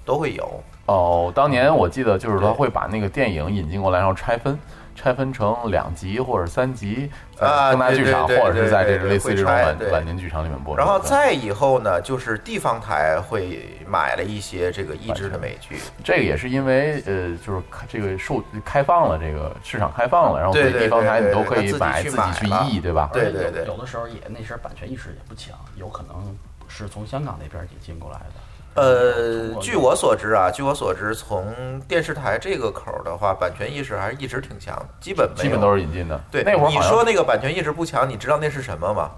D: 都会有，
F: 哦，当年我记得就是他
D: 对
F: 会把那个电影引进过来，然后拆分，拆分成两集或者三集，
D: 啊
F: 在更大剧场
D: 对对对
F: 或者是在这
D: 对对
F: 类似于这种
D: 会拆
F: 晚
D: 对
F: 晚间剧场里面播出。
D: 然后
F: 对
D: 再以后呢，就是地方台会买了一些这个译制的美剧，
F: 这个也是因为呃，就是开这个受开放了，这个市场开放了，然后
D: 对
F: 所以
D: 对
F: 地方台
D: 对对
F: 你都
D: 对
F: 可
D: 他
F: 以
D: 自己
F: 买
D: 去
F: 自
D: 买
F: 己去
D: 了
F: 译，对吧？
D: 对
G: 而且有
D: 对对
G: 有的时候也那时候版权意识也不强，有可能是从香港那边引进过来的。
D: 呃
G: 通，过
D: 据我所知啊，据我所知，从电视台这个口儿的话，版权意识还是一直挺强，基本没
F: 基本
D: 有
F: 都是引进的。
D: 对。
F: 那会儿
D: 你
F: 好
D: 说
F: 像
D: 那个版权意识不强，你知道那是什么吗？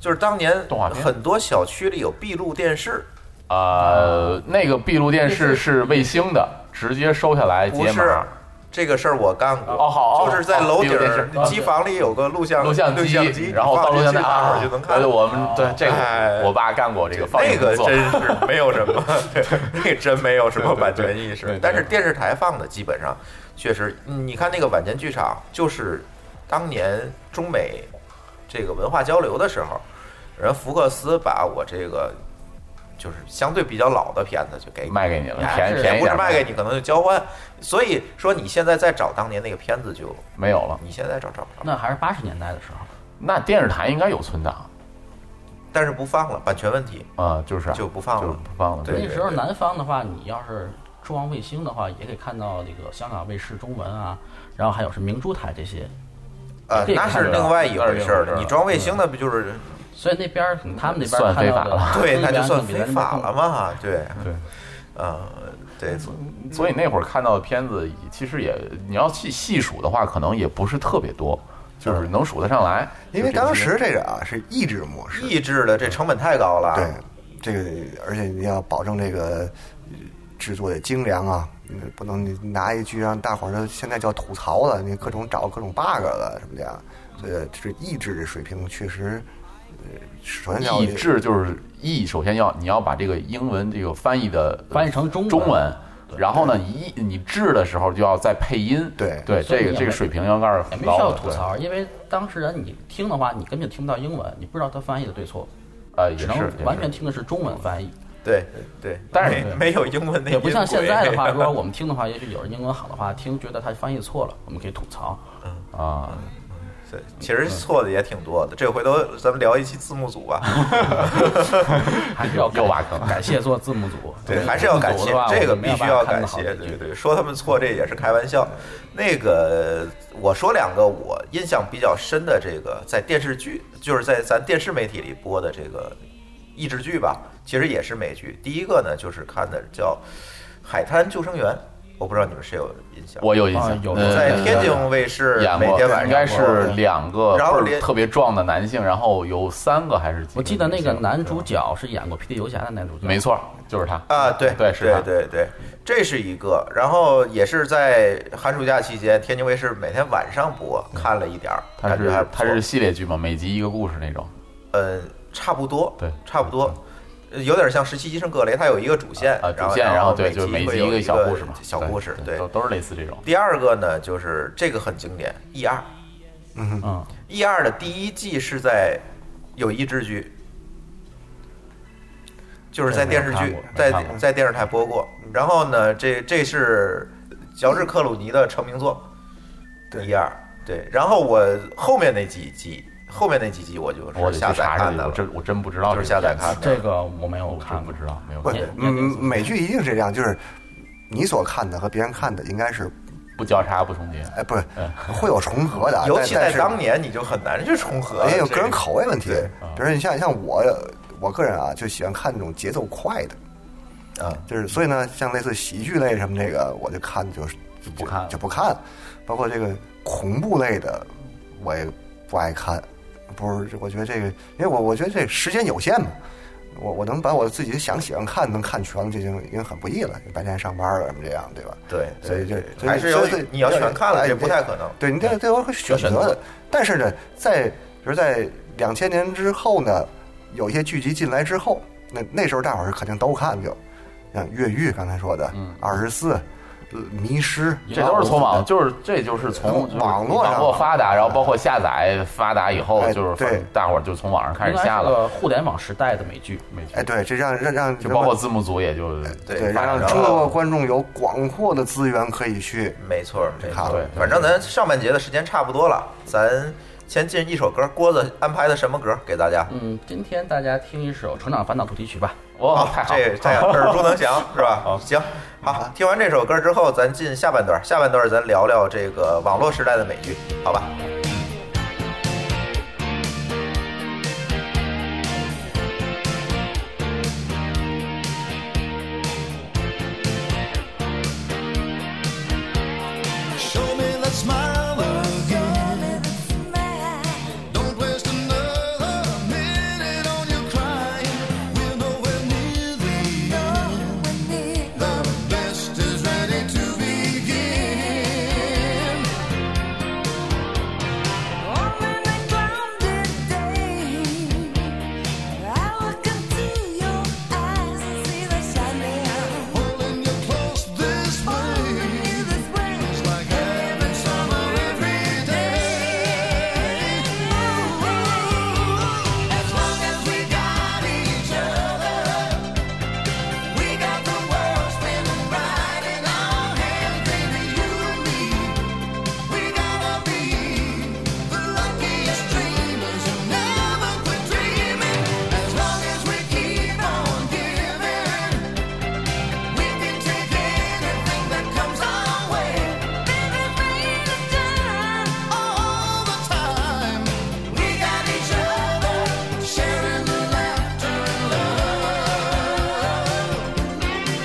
D: 就是当年
F: 动画片
D: 很多小区里有闭路电视，
F: 呃，那个闭路电视是卫星的，直接收下来
D: 不
F: 解
D: 是
F: 码。
D: 这个事儿我干过，
F: 哦好哦
D: 就是在楼
F: 闭
D: 顶
F: 路电视
D: 儿机房里有个录像
F: 录像
D: 录像机，
F: 然后到录像
D: 机
F: 带
D: 那会
F: 啊
D: 儿就能，看
F: 对，。我们对这
D: 哎
F: 个我爸干过这个放映
D: 那个
F: 工作
D: 真 是没有什么，对，那个真没有什么版权意
F: 对对
D: 识
F: 对。
D: 但是电视台放的基本上确实，嗯你看那个晚间剧场，就是当年中美这个文化交流的时候，人福克斯把我这个就是相对比较老的片子就给
F: 卖给你了，
D: 哎
F: 便宜便宜
D: 不是
F: 点
D: 卖给你，可能就交换。所以说你现在再找当年那个片子就，
F: 没有了。
D: 你现在找找不着，
G: 那还是八十年代的时候，
F: 那电视台应该有存档
D: 但是不放了，版权问题
F: 啊，就是啊
D: 就不放
F: 就是
D: 了。
F: 不放了。
D: 对
G: 那时候南方的话，你要是中央卫星的话，也可以看到这个香港卫视中文啊，然后还有是明珠台这些，
D: 呃，
G: 这个
D: 那
G: 看
D: 是
G: 着
D: 另外一回事儿
F: 那是另外一回事儿嗯
D: 了。你装卫星那不就是
G: 所以那边儿可能他们那边
F: 算
G: 儿看到
F: 非
G: 的
F: 法了
D: 对，
G: 资
D: 那就
G: 源可
D: 算
G: 能比
D: 非
G: 咱这边
D: 法
G: 更
D: 了嘛，对，
F: 对，
D: 呃，对，所
F: 所以那会儿看到的片子，其实也你要细细数的话，可能也不是特别多，
D: 嗯
F: 就是能数得上来。
E: 因为
F: 就这
E: 当
F: 些
E: 时这个啊是抑制模式，啊
D: 抑制的这成本太高了，
E: 对，这个而且你要保证这个呃制作的精良啊，你不能你拿一句让大伙儿都现在叫吐槽了，你各种找各种 bug 了什么的呀，所以这意志的水平确实，呃，首先要
F: 译制就是译，首先要你要把这个英文这个翻译的
G: 翻译成中文
F: 中文，然后呢，你译你制的时候就要再配音，
E: 对
F: 对，
G: 所以
F: 这
G: 也
F: 个
G: 没
F: 这个水平要盖
G: 也
F: 很
G: 没需
F: 高
G: 要
F: 的，
G: 吐槽，因为当事人你听的话，你根本就听不到英文，你不知道他翻译的对错，
F: 对呃，也
G: 只
F: 是
G: 能
F: 也是
G: 完全听的是中文翻译，
D: 对对，
F: 但是
D: 没没有英文那
G: 也不像
D: 音轨
G: 现在 的话，如果我们听的话，也许有人英文好的话，听觉得他翻译错了，我们可以吐槽。
F: 啊，
D: 对其实错的也挺多的。这回头咱们聊一期字幕组 吧，
G: 还是要
F: 又挖坑
G: 感谢做字幕 组，
D: 对，还是要感谢这个必须要感谢，对对，说他们错这也是开玩笑。那个我说两个我印象比较深的这个在电视剧，就是在咱电视媒体里播的这个益智剧吧，其实也是美剧。第一个呢就是看的叫《海滩救生员》，我不知道你们谁有印象？
F: 我有印
G: 啊
F: 象，
G: 有
F: 呃
D: 在天津卫视
F: 演
D: 每
F: 过，
D: 天晚上
F: 应该
D: 播
F: 是两个
D: 然后
F: 倍儿
D: 连
F: 特别壮的男性，然后有三个还是几
G: 我记得那个
F: 女性
G: 男主角是演过《霹雳游侠》的男主角，
F: 没，错，就是他
D: 啊，对
F: 对是他
D: 对对对，这是一个。然后也是在寒暑假期间，天津卫视每天晚上播，看了一点儿，
F: 他
D: 感觉还
F: 是
D: 不
F: 他
D: 错
F: 是系列剧嘛，每集一个故事那种，
D: 呃，差不多，
F: 对嗯
D: 差不多。呃有点像《实习医生格雷》，它有一个主线，
F: 啊，
D: 然
F: 主
D: 后
F: 线，然后对，
D: 每
F: 就是每
D: 会
F: 集
D: 有
F: 一
D: 一
F: 个小故事嘛，
D: 小
F: 对
D: 故事。对
F: 都，都是类似这种。
D: 第二个呢，就是这个很经典，《E 二》，
G: 嗯，
D: 《E 二》的第一季是在有益智剧，就是在电视
F: 这个没
D: 剧
F: 看过没
D: 在
F: 看过
D: 在电视台播过。然后呢，这这是乔治克鲁尼的成名作，《
E: 对
D: E 二》对。然后我后面那几集，后面那几集我就
F: 我
D: 是
F: 得
D: 下
F: 去
D: 载
F: 查查
D: 看
F: 去，
D: 的
F: 我
D: 了，
F: 真我真不知道
D: 就是
F: 个
D: 下载
F: 片
D: 看
F: 子
D: 的。
G: 这个我没
D: 嗯
G: 有看
F: 真
G: 过，
F: 不知道，没有
E: 不
F: 看过，
E: 嗯，美剧一定是这样，就是你所看的和别人看的应该是，
F: 不交叉不重叠。
E: 哎，不是会有重合的，啊
D: 尤
E: 但
D: 其
E: 但
D: 在
E: 是哎
D: 当年，你就很难去重合。
E: 也有
D: 这
E: 个人口味问题
D: 对。
E: 比如说你像像我，我个人啊就喜欢看那种节奏快的，
D: 啊，
E: 就是所以呢，像类似喜剧类什么这个，我就看就是就
F: 不看了
E: 就不看了，包括这个恐怖类的，我也不爱看。不是，我觉得这个，因为我我觉得这时间有限嘛，我我能把我自己想喜欢看能看全，这就已经很不易了。白天上班了什么这样，对吧？
D: 对，对
E: 所以这
D: 对
E: 所以
D: 还是
E: 所
D: 有
E: 以所以
D: 你要全看了，
E: 哎
D: 这不太可能。
E: 对你这这我会选择的。但是呢，在比如在两千年之后呢，有一些剧集进来之后，那那时候大伙儿肯定都看就，像《越狱》刚才说的，
D: 嗯
E: 二十四，呃迷失，
F: 这都是从网，
E: 就
F: 就是这就是从就是
E: 网络上
F: 网络发达，然后包括下载发达以后，
E: 哎
F: 就是
E: 对
F: 大伙儿就从网上开
G: 应
F: 始
G: 该
F: 下
G: 是
F: 了，
G: 个互联网时代的美剧，
F: 没错
E: 哎，对，这让让让
F: 就包括字幕组也就
E: 对，
D: 反
E: 让
D: 正
E: 中国观众有广阔的资源可以去。
D: 没错儿，没错
E: 卡
D: 儿。
E: 了
F: 对
D: 反正咱上半节的时间差不多了，咱先进一首歌。郭子安排的什么歌给大家？
G: 嗯，今天大家听一首《成长烦恼》主题曲吧。
F: 哇，哦太好了，
D: 这这 样耳熟能详是吧？行，好，听完这首歌之后，咱进下半段。下半段咱聊聊这个网络时代的美剧，好吧？
H: Show me that smile again. Don't waste another minute on your crying. We're nowhere near the end. The best is ready to begin. Holding you close this way. It's like having summer every day. As long as we got each other, we got the world spinning right in our hands, baby. You and me, we gotta be the luckiest dreamers who never quit dreaming. As long as we keep on giving. We can take anything that comes our way. all the time. We got each other, sharing the laughter and love. Promise here and now. Nothing that comes will ever come between us. You can depend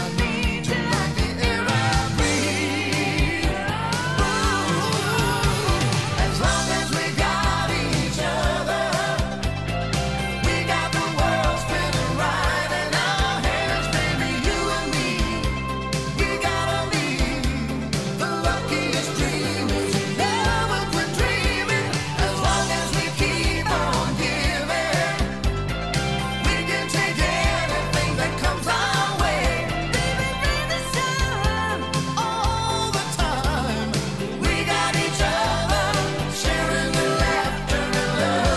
H: on me, 'cause I need you like the air I breathe. As long as we got each other, we got the world spinning right in our hands, baby. You and me, we gotta leave. The luckiest dreamers never quit dreaming. As long as we keep on giving, we can take anything that comes our way. all the time. We got each other, sharing the laughter and love.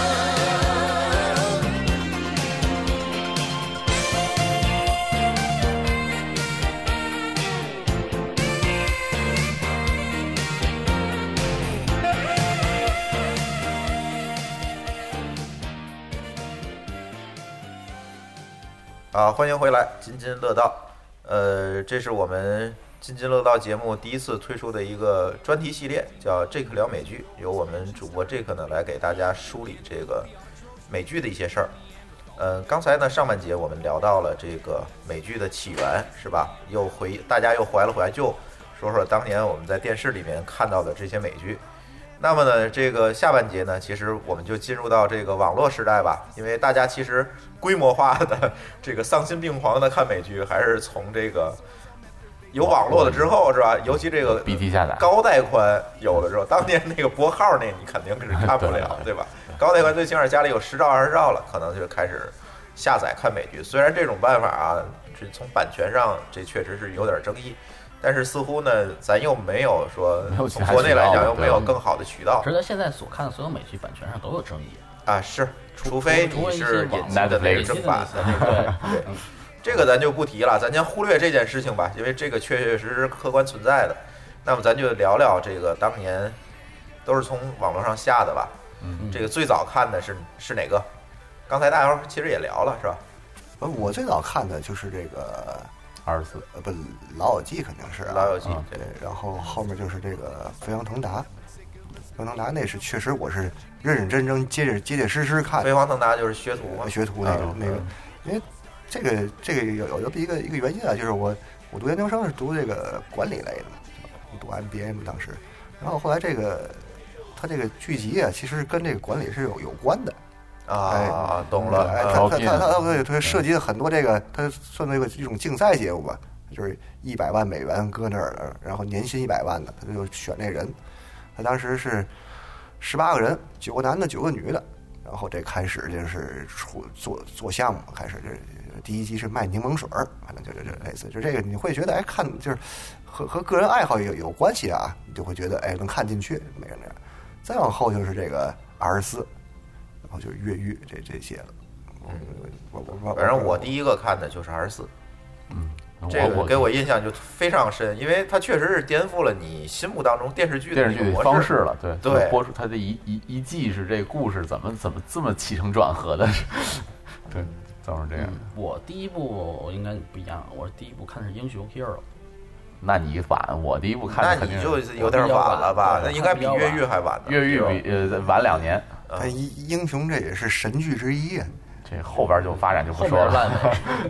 D: 好，啊欢迎回来，津津乐道。呃，这是我们津津乐道节目第一次推出的一个专题系列，叫“这克聊美剧”，由我们主播这克呢来给大家梳理这个美剧的一些事儿。呃，刚才呢上半节我们聊到了这个美剧的起源，是吧？又回大家又怀了怀旧，说说当年我们在电视里面看到的这些美剧。那么呢，这个下半节呢，其实我们就进入到这个网络时代吧，因为大家其实规模化的这个丧心病狂的看美剧，还是从这个有网络了之后，是吧？尤其这个
F: BT 下载
D: 高带宽有了之后，当年那个拨号那你肯定是看不 了，对吧？高带宽最起码家里有十兆二十兆了，可能就开始下载看美剧。虽然这种办法啊，这从版权上这确实是有点争议，但是似乎呢，咱又没有说
F: 没有其
D: 从
F: 他
D: 国内来
F: 渠道
D: 讲
F: 了
D: 又没有
F: 对
D: 更好的渠道
G: 而咱现在所看的所有美剧，版权上都有争议。
D: 啊，是，除非
G: 除
D: 你
G: 非一
D: 是
G: 些
D: 引
G: 网
D: 进的那个
F: 网
D: 正版的 那个。
G: 对，
D: 这个咱就不提了，咱先忽略这件事情吧，因为这个确确实实是客观存在的。那么咱就聊聊这个当年都是从网络上下的吧。嗯，这个最早看的是是哪个？刚才大姚其实也聊了，是吧？
E: 呃我最早看的就是这个，
F: 二十四，
E: 呃，不，《老友记》肯定是啊
D: 老友记
E: 对，然后后面就是这个《飞黄腾达》，《飞黄腾达》那是确实我是认认真真、结结结结实实看
D: 飞黄腾达就是学徒嘛
E: 呃，学徒啊那个、
D: 嗯
E: 那个，因为这个这个有有有一个一个原因啊，就是我我读研究生是读这个管理类的嘛，我读 MBA 嘛当时，然后后来这个它这个剧集啊，其实跟这个管理是有有关的，
D: 啊
E: 哎，
D: 懂了。
E: 哎，
D: 嗯
E: 他他他他他他涉及了很多这个，他算作一个一种竞赛节目吧，就是一百万美元搁那儿了，然后年薪一百万的，他就选这人。他当时是十八个人，九个男的，九个女的，然后这开始就是出做做项目，开始就是第一集是卖柠檬水儿，反正就就就类似，就这个你会觉得哎看就是和和个人爱好有有关系啊，你就会觉得哎能看进去每个人这样。再往后就是这个 R 四，然后就是越狱这这些了。
F: 嗯
E: 我我我
D: 反正我第一个看的就是二十四，
F: 我
D: 这个
F: 我
D: 给我印象就非常深，因为它确实是颠覆了你心目当中电视剧的
F: 电
D: 那
F: 视
D: 种
F: 剧的
D: 模
F: 方式了，对
D: 对
F: 播出它的一一一季是这个故事怎么怎么这么起承转合的，对，总是这样。
G: 我第一部应该不一样，我第一部看的是《英雄 Hero》，
F: 那你晚，我第一部看
D: 那
F: 的肯定
D: 你
F: 是
D: 就有点晚了吧？那
G: 对
D: 应该比越狱还晚呢。
F: 越狱比呃晚两年，
E: 但英英雄这也是神剧之一啊！
F: 这后边就发展就不
G: 后
F: 说
G: 面
F: 了，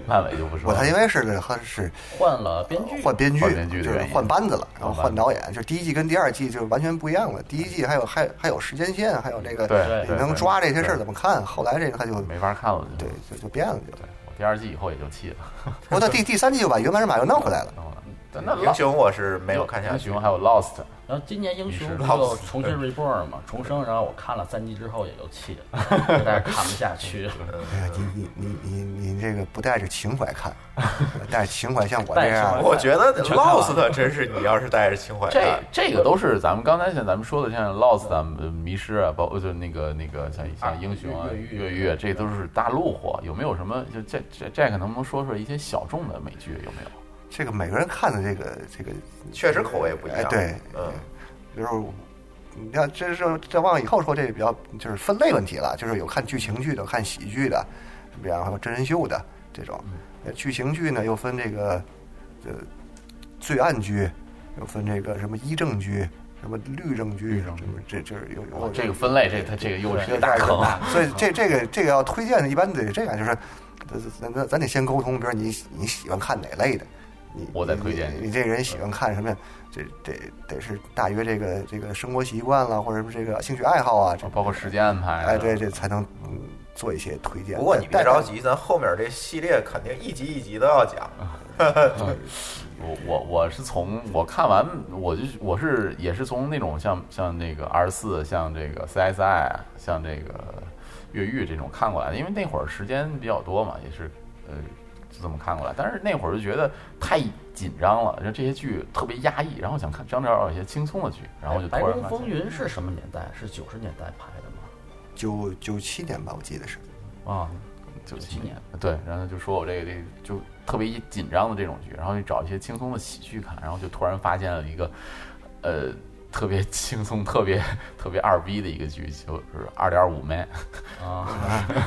G: 烂尾
F: 烂尾就不说
E: 我
F: 了
E: 他。因为是他是
G: 换了编剧，
E: 换编剧
F: 换编剧，的
E: 就是
F: 原因
E: 换班子了，然后
F: 换班
E: 换
F: 子嗯
E: 导演，就第一季跟第二季就完全不一样了。第一季还有还还有时间线，还有这个
F: 对对
E: 你能
F: 对
E: 抓这些事儿
F: 对
E: 怎么看？后来这个他就
F: 没法看了，就
E: 对就就变了就。
F: 对我第二季以后也就弃了。
E: 不过他第第三季就把原班人马又弄回来了。
F: 然后呢但 那
D: 英雄我是没有看下
F: 英
D: 去
F: 雄，还有 Lost，
G: 然后今年《英雄
F: 你》是
G: 又重新 reborn 嘛，重生，然后我看了三集之后也就弃了， 实在是看不下去，
F: 嗯
E: 哎呀，你你你你你这个不带着情怀看， 带着情怀像我这
G: 带着情
E: 样
G: 怀
E: 的，
D: 我觉得
F: 全看完
D: Lost 真是你要是带着情怀
F: 这
D: 看，
F: 啊这个都是咱们刚才像咱们说的，像 Lost 啊、呃迷失啊，包括就是那个那个像像英雄啊、越狱，这都是大陆货。有没有什么就这这 Jack 能不能说说一些小众的美剧有没有？
E: 这个每个人看的这个这个
D: 确实口味不一样。
E: 哎对
D: 嗯，
E: 就是你要这是再往以后说，这比较就是分类问题了，就是有看剧情剧的，看喜剧的，然后真人秀的这种。呃剧情剧呢又分这个呃罪案剧，又分这个什么一证剧，什么律政剧，什么这这是有
F: 哇
E: 有
F: 哦这个分类，这它这个又是一
E: 有
F: 个大
E: 点
F: 坑啊！
E: 所以这这个这个要推荐的，一般得这样，就是咱咱咱得先沟通，比如你你喜欢看哪类的，你
F: 我再推荐你
E: 你你这个人喜欢看什么呀？这得得是大约这个这个生活习惯了，或者是这个兴趣爱好啊，这
F: 包括时间安排啊。
E: 哎对，这才能嗯做一些推荐。
D: 不过你别
E: 但
D: 着，急，咱后面这系列肯定一集一集都要讲。
F: 我我我是从我看完，我就是我是也是从那种像像那个二十四，像这个 CSI，啊像这个越狱这种看过来的，因为那会儿时间比较多嘛，也是呃就这么看过来。但是那会儿就觉得太紧张了，然后这些剧特别压抑，然后想看张找找一些轻松的剧，然后就
G: 《
F: 突
G: 白
F: 然
G: 宫
F: 发
G: 风
F: 现
G: 云》是什么年代？是九十年代拍的吗？
E: 九九七年吧，我记得是。
F: 啊，九七年对，然后就说我这个这个就特别紧张的这种剧，然后就找一些轻松的喜剧看，然后就突然发现了一个呃特别 轻松、特别特别二逼的一个剧，就是二点五 man
G: 啊，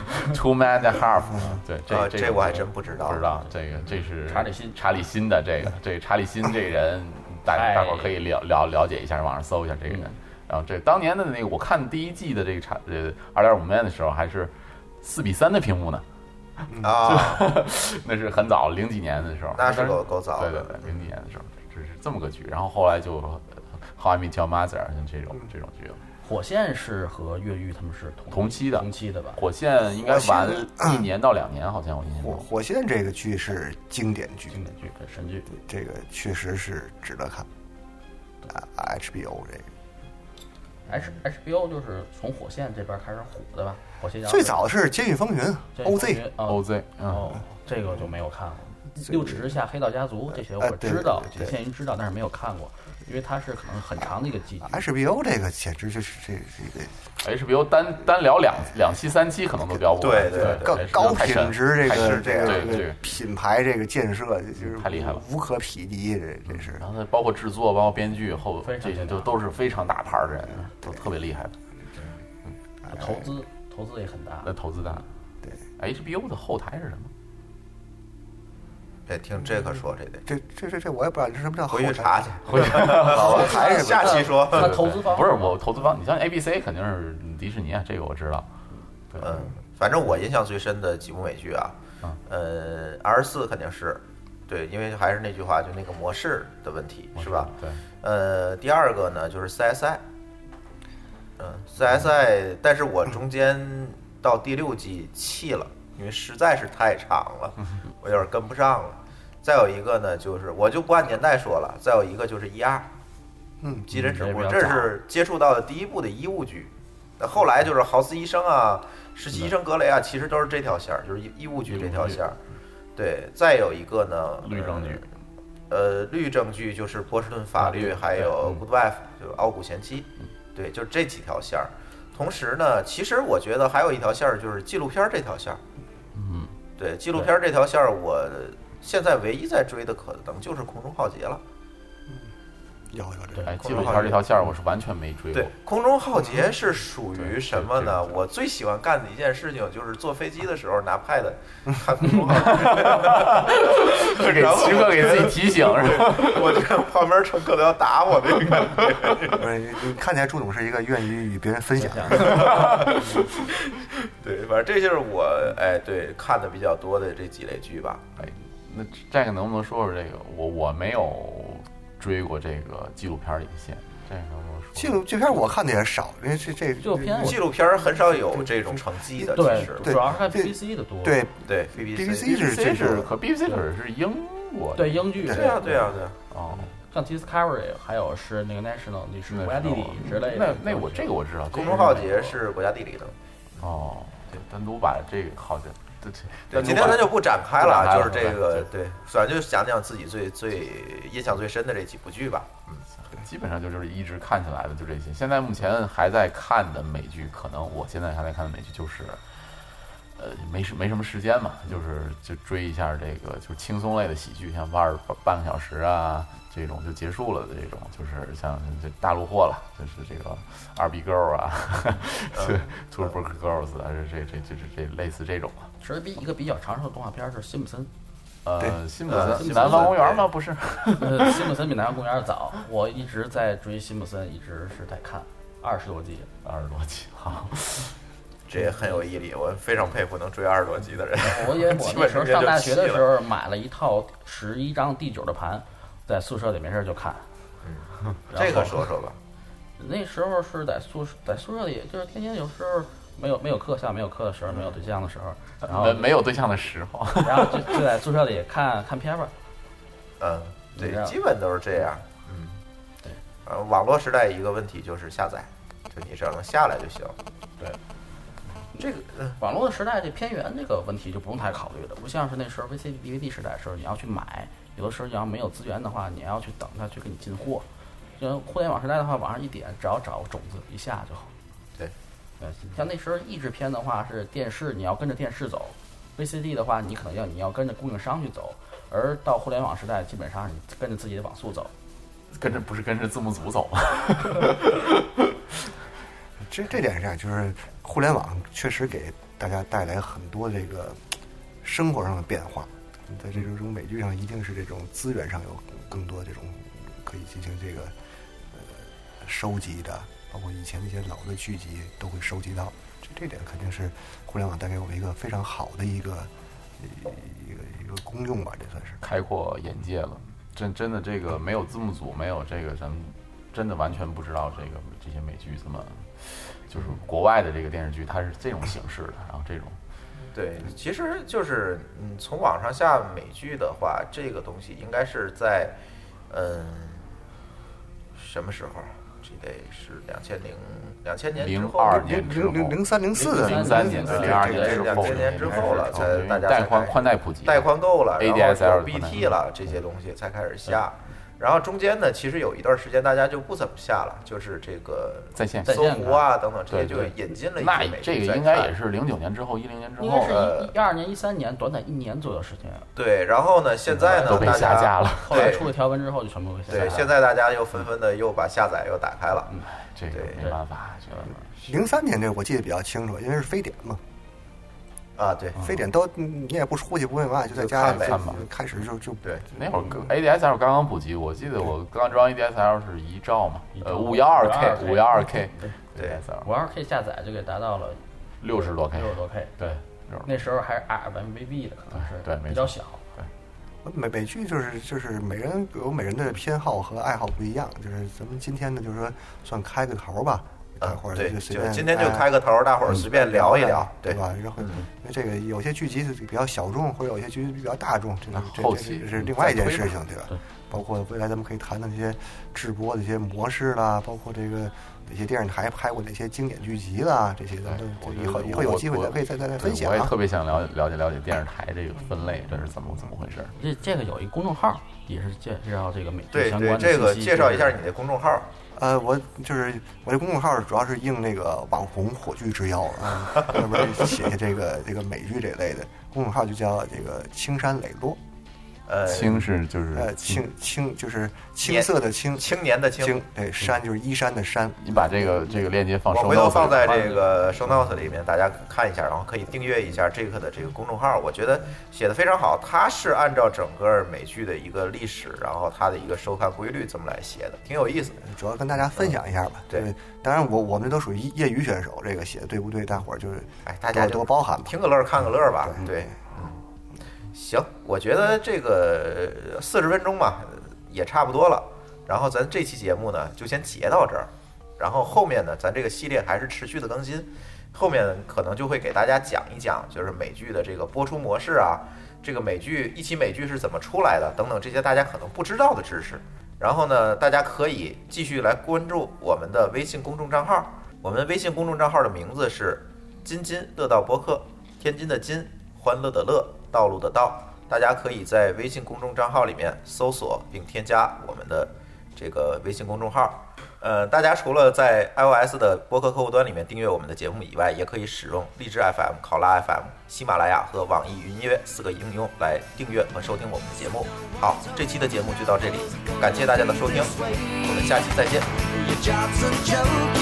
F: two man and a half，对，这、
D: 啊
F: 这
D: 这
F: 个
D: 我还真不知道
F: 不知道这个这是
G: 查理辛
F: 查理辛的这个这个查理辛 这个人，大
G: 太嗯
F: 大伙儿可以了了了解一下，网上搜一下这个人。然后这当年的那个，我看第一季的这个查呃二点五 man 的时候，还是四比三的屏幕呢。嗯
D: 啊，
F: 那是很早零几年的时候，
D: 那是
F: 当时
D: 够够早
F: 对
D: 的
F: 对对，零几年的时候，这是这么个剧。然后后来就呃《How I Met Your Mother》像这种这种剧了，
G: 火线是和越狱他们是同
F: 同期的
G: 同期的吧？
F: 《火线》应该晚一年到两年，好像我印象
E: 火
F: 中。
E: 火线这个剧是经典剧，
G: 经典剧，对神剧。
E: 这个确实是值得看。啊 HBO 这个。
G: H HBO 就是从火线这边开始火的吧？火线
E: 最早是《监狱风云》OZ，
G: 啊
F: OZ，嗯，
G: 哦，这个我就没有看过。六尺之下、黑道家族这些
E: 哎
G: 我
E: 对
G: 知道，
E: 对对
G: 仅限于知道，但是没有看过，因为它是可能很长的一个季节。
E: HBO 这个简直就是这这个
F: HBO 单单聊两两期、三期可能都聊不
D: 对
F: 完。
D: 对对
E: 高
F: HBO
E: 高
F: 太
E: 品
F: 神
E: 质这个
F: 太神
E: 这个
F: 对
E: 这
F: 对
E: 个。品牌这个建设就是
F: 太厉害了
E: 无可匹敌，这这是
F: 然后它包括制作，包括编剧后
G: 非常
F: 这些
G: 厉害
F: 都都是非常大牌儿的人，都特别厉害的。
G: 投资投资也很大
F: 那，投资大，
E: 对
F: HBO 的后台是什 么？
D: 得听 Jack 说这得
E: 这这这这我也不知道这什么叫
D: 回去查去，
F: 回去
D: 好吧
E: 还是
D: 下期说。
G: 它投资方
F: 不是我投资方，你像 ABC 肯定是迪士尼啊，这个我知道。对，
D: 嗯，反正我印象最深的几部美剧啊，呃，R 四肯定是，对，因为还是那句话，就那个模式的问题是吧？
F: 对，
D: 呃，第二个呢就是 CSI，嗯，CSI，但是我中间嗯到第六季弃了，因为实在是太长了，我有点跟不上了。再有一个呢，就是我就不按年代说了，再有一个就是 E 一二，
E: 嗯，
D: 急诊指
G: 这
D: 挥，
G: 比较
D: 这
G: 早
D: 是接触到的第一部的医务局。那后来就是豪斯医生啊、实习医生格雷啊，其实都是这条线儿，就是医医务局这条线儿。对，再有一个呢，
F: 律政局，
D: 呃，律政剧就是波士顿法律，
F: 法律
D: 还有
F: 对
D: Good Wife，就是傲骨贤妻，对，就是这几条线儿。同时呢，其实我觉得还有一条线儿就是纪录片儿这条线儿，
F: 嗯，
D: 对，纪录片儿这条线儿，我现在唯一在追的可能就是《空中浩劫》了。
E: 有有这
F: 对，哎，
D: 空
F: 纪录
D: 中浩劫
F: 片儿这条线儿我是完全没追过
D: 对，，空中浩劫是属于
F: 嗯对
D: 什么呢？
F: 对对
D: 我最喜欢干的一件事情就是坐飞机的时候拿 pad 看空中浩劫，
F: 是 给
D: 然后
F: 时刻给自己提醒是吧？
D: 我觉得旁边乘客都要打我那个 感觉。
E: 个，不是你你看起来朱总是一个愿意与别人分享的人，
D: 对，反正这就是我哎对看的比较多的这几类剧吧。
F: 哎，那这个能不能说说这个？我我没有追过这个纪录片儿里的线，这个能不能说？
E: 纪录纪录片我看的也少，因为这这
G: 纪录片我
D: 纪录片儿很少有这种成绩的，
G: 对
D: 其实，
E: 对
G: 主要是看
E: 这
G: BBC 的多。
E: 对
D: 对 BBC，
E: BBC 是这
F: 是
E: 是
F: 可 BBC 可是英国的
G: 对英剧，
D: 对啊对啊对啊，
F: 哦，
G: 像 Discovery，还有是那个 National，你是
F: 那
G: 国家地理之类
F: 嗯那
G: 的。
F: 那我这个我知道，
D: 公众号节是国家地理的。
F: 哦，对，单独把这个好像这这
D: 对，
F: 单独
D: 今天
F: 把
D: 咱就不展开了，啊
F: 不展开
D: 就
F: 了
D: 是这个
F: 对
D: 对，反正就讲讲自己最最印象最深的这几部剧吧。
F: 基本上就是一直看起来的就这些。现在目前还在看的美剧，可能我现在还在看的美剧就是，呃，没什没什么时间嘛，就是就追一下这个就是轻松类的喜剧，像半半个小时啊这种就结束了的这种，就是像这大陆货了，就是这个二逼 girl 啊， 对 t u r b o girls 啊，这这这这这这类似这种啊。
G: 其实比一个比较长寿的动画片是《辛普森
F: 呃，
E: 对
F: 辛普
D: 呃
F: 森南方公园吗？
D: 对
F: 不是，》，
G: 呃，《辛普森》比《南方公园》早，我一直在追《辛普森》，一直是在看二十多集。
F: 二十多集好，
D: 这也很有毅力，我非常佩服能追二十多集的人。
G: 我 也我
D: 基
G: 那
D: 本
G: 时候
D: 就
G: 上大
D: 齐
G: 学的时
D: 了，
G: 候买了一套十一张第九的盘，在宿舍里没事儿就看。然后
D: 这个说说吧。
G: 那时候是在宿舍，在宿舍里，就是天天有时候没有没有课，下午没有课的时候，没有对象的时候，然后
F: 没没有对象的时候，
G: 然后就就在宿舍里看看片儿吧。
D: 嗯，对
G: 你知，道
D: 基本都是这样。嗯，
G: 对。
D: 呃，网络时代一个问题就是下载，就你只要能下来就行。
G: 这个网络的时代，这片源这个问题就不用太考虑了，不像是那时候 VCD、DVD 时代的时候，你要去买，有的时候你要没有资源的话，你还要去等它去给你进货。就互联网时代的话，往上一点，只要找种子一下就好。
D: 对，
G: 对，像那时候译制片的话是电视，你要跟着电视走；VCD 的话，你可能要你要跟着供应商去走，而到互联网时代，基本上你跟着自己的网速走。
F: 跟着不是跟着字幕组走吗？
E: 这这点上，就是互联网确实给大家带来很多这个生活上的变化。在这种美剧上，一定是这种资源上有更多这种可以进行这个呃收集的，包括以前那些老的剧集都会收集到。这这点肯定是互联网带给我们一个非常好的一个一个一个功用吧，这算是。
F: 开阔眼界了。真真的这个没有字幕组，没有这个咱们真的完全不知道这个这些美剧怎么，就是国外的这个电视剧它是这种形式的，然后这种
D: 对，其实就是嗯，从网上下美剧的话，这个东西应该是在嗯什么时候啊？这得是两千零两千年之后，
F: 02
E: 零
F: 年
E: 零零零三零四的
F: 零三年
E: 的
F: 的
G: 对
F: 零二
D: 对
F: 年之
D: 对2000年之
F: 后，
D: 后了才
F: 对因为
D: 大家
F: 带
D: 才
F: 宽
D: 开始
F: 宽带普及，
D: 带宽够了，然后
F: ADSL
D: 有
F: 宽带嗯
D: BT 了这些东西才开始下。然后中间呢，其实有一段时间大家就不怎么下了，就是这个
F: 在线
D: 搜狐啊等等这些
F: 对
D: 就
F: 对
D: 引进了一
F: 那
D: 些美
F: 这
D: 剧
F: 个
D: 在
F: 应该
D: 看
F: 也是零九年之后，一零年之
G: 应该
F: 后
G: 是
F: 了，
D: 呃
G: 一一二年、一三年，短短一年左右时间。
D: 对。然后呢，现在呢，
F: 都被
D: 大
F: 下
D: 家
F: 架了
G: 后来
D: 对
G: 出了条文之后，就全部被下架
D: 对，
G: 了。
D: 现在大家又纷纷的又把下载又打开
F: 嗯
D: 了。
F: 这个
D: 对
F: 没办法，这个
E: 零三年这我记得比较清楚，因为是非典嘛，
D: 啊，对，
G: 嗯
E: 非典都嗯你也不出去不干嘛，就在家
D: 就看呗
E: 就
F: 看吧
E: 开始就就
D: 对
F: 那会儿刚 ADSL 刚刚普及，我记得我刚装 ADSL 是一兆嘛
G: 一，兆
F: 呃，五幺二 K，五幺二
G: 512K
F: K，
D: 对
G: 五二 K 下载就给达到了
F: 六十多 K，
G: 六十多 K，
F: 对，六十
G: 那时候还是啊 RMVB 的，可能是
F: 对对没
G: 比较
F: 错
G: 小。
E: 美美剧就是就是每人有每人的偏好和爱好不一样，就是咱们今天呢，就是说算开个头吧，大伙
D: 嗯
E: 儿
D: 啊对，
E: 就随
D: 就
E: 便。哎嗯
D: 今天就开个头儿，大伙儿随便聊一聊，
E: 对
D: 对
E: 吧？然后因为这个有些剧集是比较小众，或者有些剧集比较大众，这个这
F: 后
E: 这
F: 期
E: 这是另外一件
F: 再
E: 事
F: 推
E: 情，对吧？包括未来咱们可以谈谈这些制播的一些模式啦，包括这个哪些电视台拍过哪些经典剧集啦，这些咱们
F: 我觉得
E: 以后
F: 我
E: 以后有机会
F: 哎我
E: 咱可以再再再
F: 对
E: 分享
F: 我也
E: 啊
F: 特。别想了解了解了解电视台这个分类，这是怎么怎么回事？
G: 这这个有一公众号，也是介绍这个美剧
D: 对
G: 相
D: 对，
G: 关的
D: 这个
G: 信息
D: 介绍一下你的公众号，
E: 呃，我就是我这公众号主要是应那个网红火炬之邀 啊，专门写这个这个美剧这类的公众号就叫这个青山磊落，
D: 呃，
F: 青是就是
E: 呃，青青就是青色的青，
D: 青年的青嗯
E: 青，对山就是依山的山，
F: 你把这个这个链接放
D: 我
F: 手
D: 回头
F: 动
D: 放在这个 show notes 里面，大家看一下，然后可以订阅一下这个的这个公众号，我觉得写的非常好。它是按照整个美剧的一个历史，然后它的一个收看规律这么来写的，挺有意思的。
E: 主要跟大家分享一下吧。
D: 嗯对，
E: 当然我我们都属于业余选手，这个写的对不对，大伙儿就是
D: 哎，大家
E: 多
D: 就
E: 多包涵吧。
D: 听个乐儿看个乐儿吧。
E: 对
D: 对，嗯，行，我觉得这个四十分钟嘛呃也差不多了。然后咱这期节目呢就先截到这儿，然后后面呢咱这个系列还是持续的更新，后面可能就会给大家讲一讲就是美剧的这个播出模式啊，这个美剧一期美剧是怎么出来的等等这些大家可能不知道的知识。然后呢，大家可以继续来关注我们的微信公众账号，我们微信公众账号的名字是津津乐道播客，天津的津，欢乐的乐，道路的道。大家可以在微信公众账号里面搜索并添加我们的这个微信公众号。呃，大家除了在 iOS 的播客客户端里面订阅我们的节目以外，也可以使用荔枝 FM、考拉 FM、喜马拉雅和网易云音乐四个应用来订阅和收听我们的节目。好，这期的节目就到这里，感谢大家的收听，我们下期再见。
H: Your job's a joke,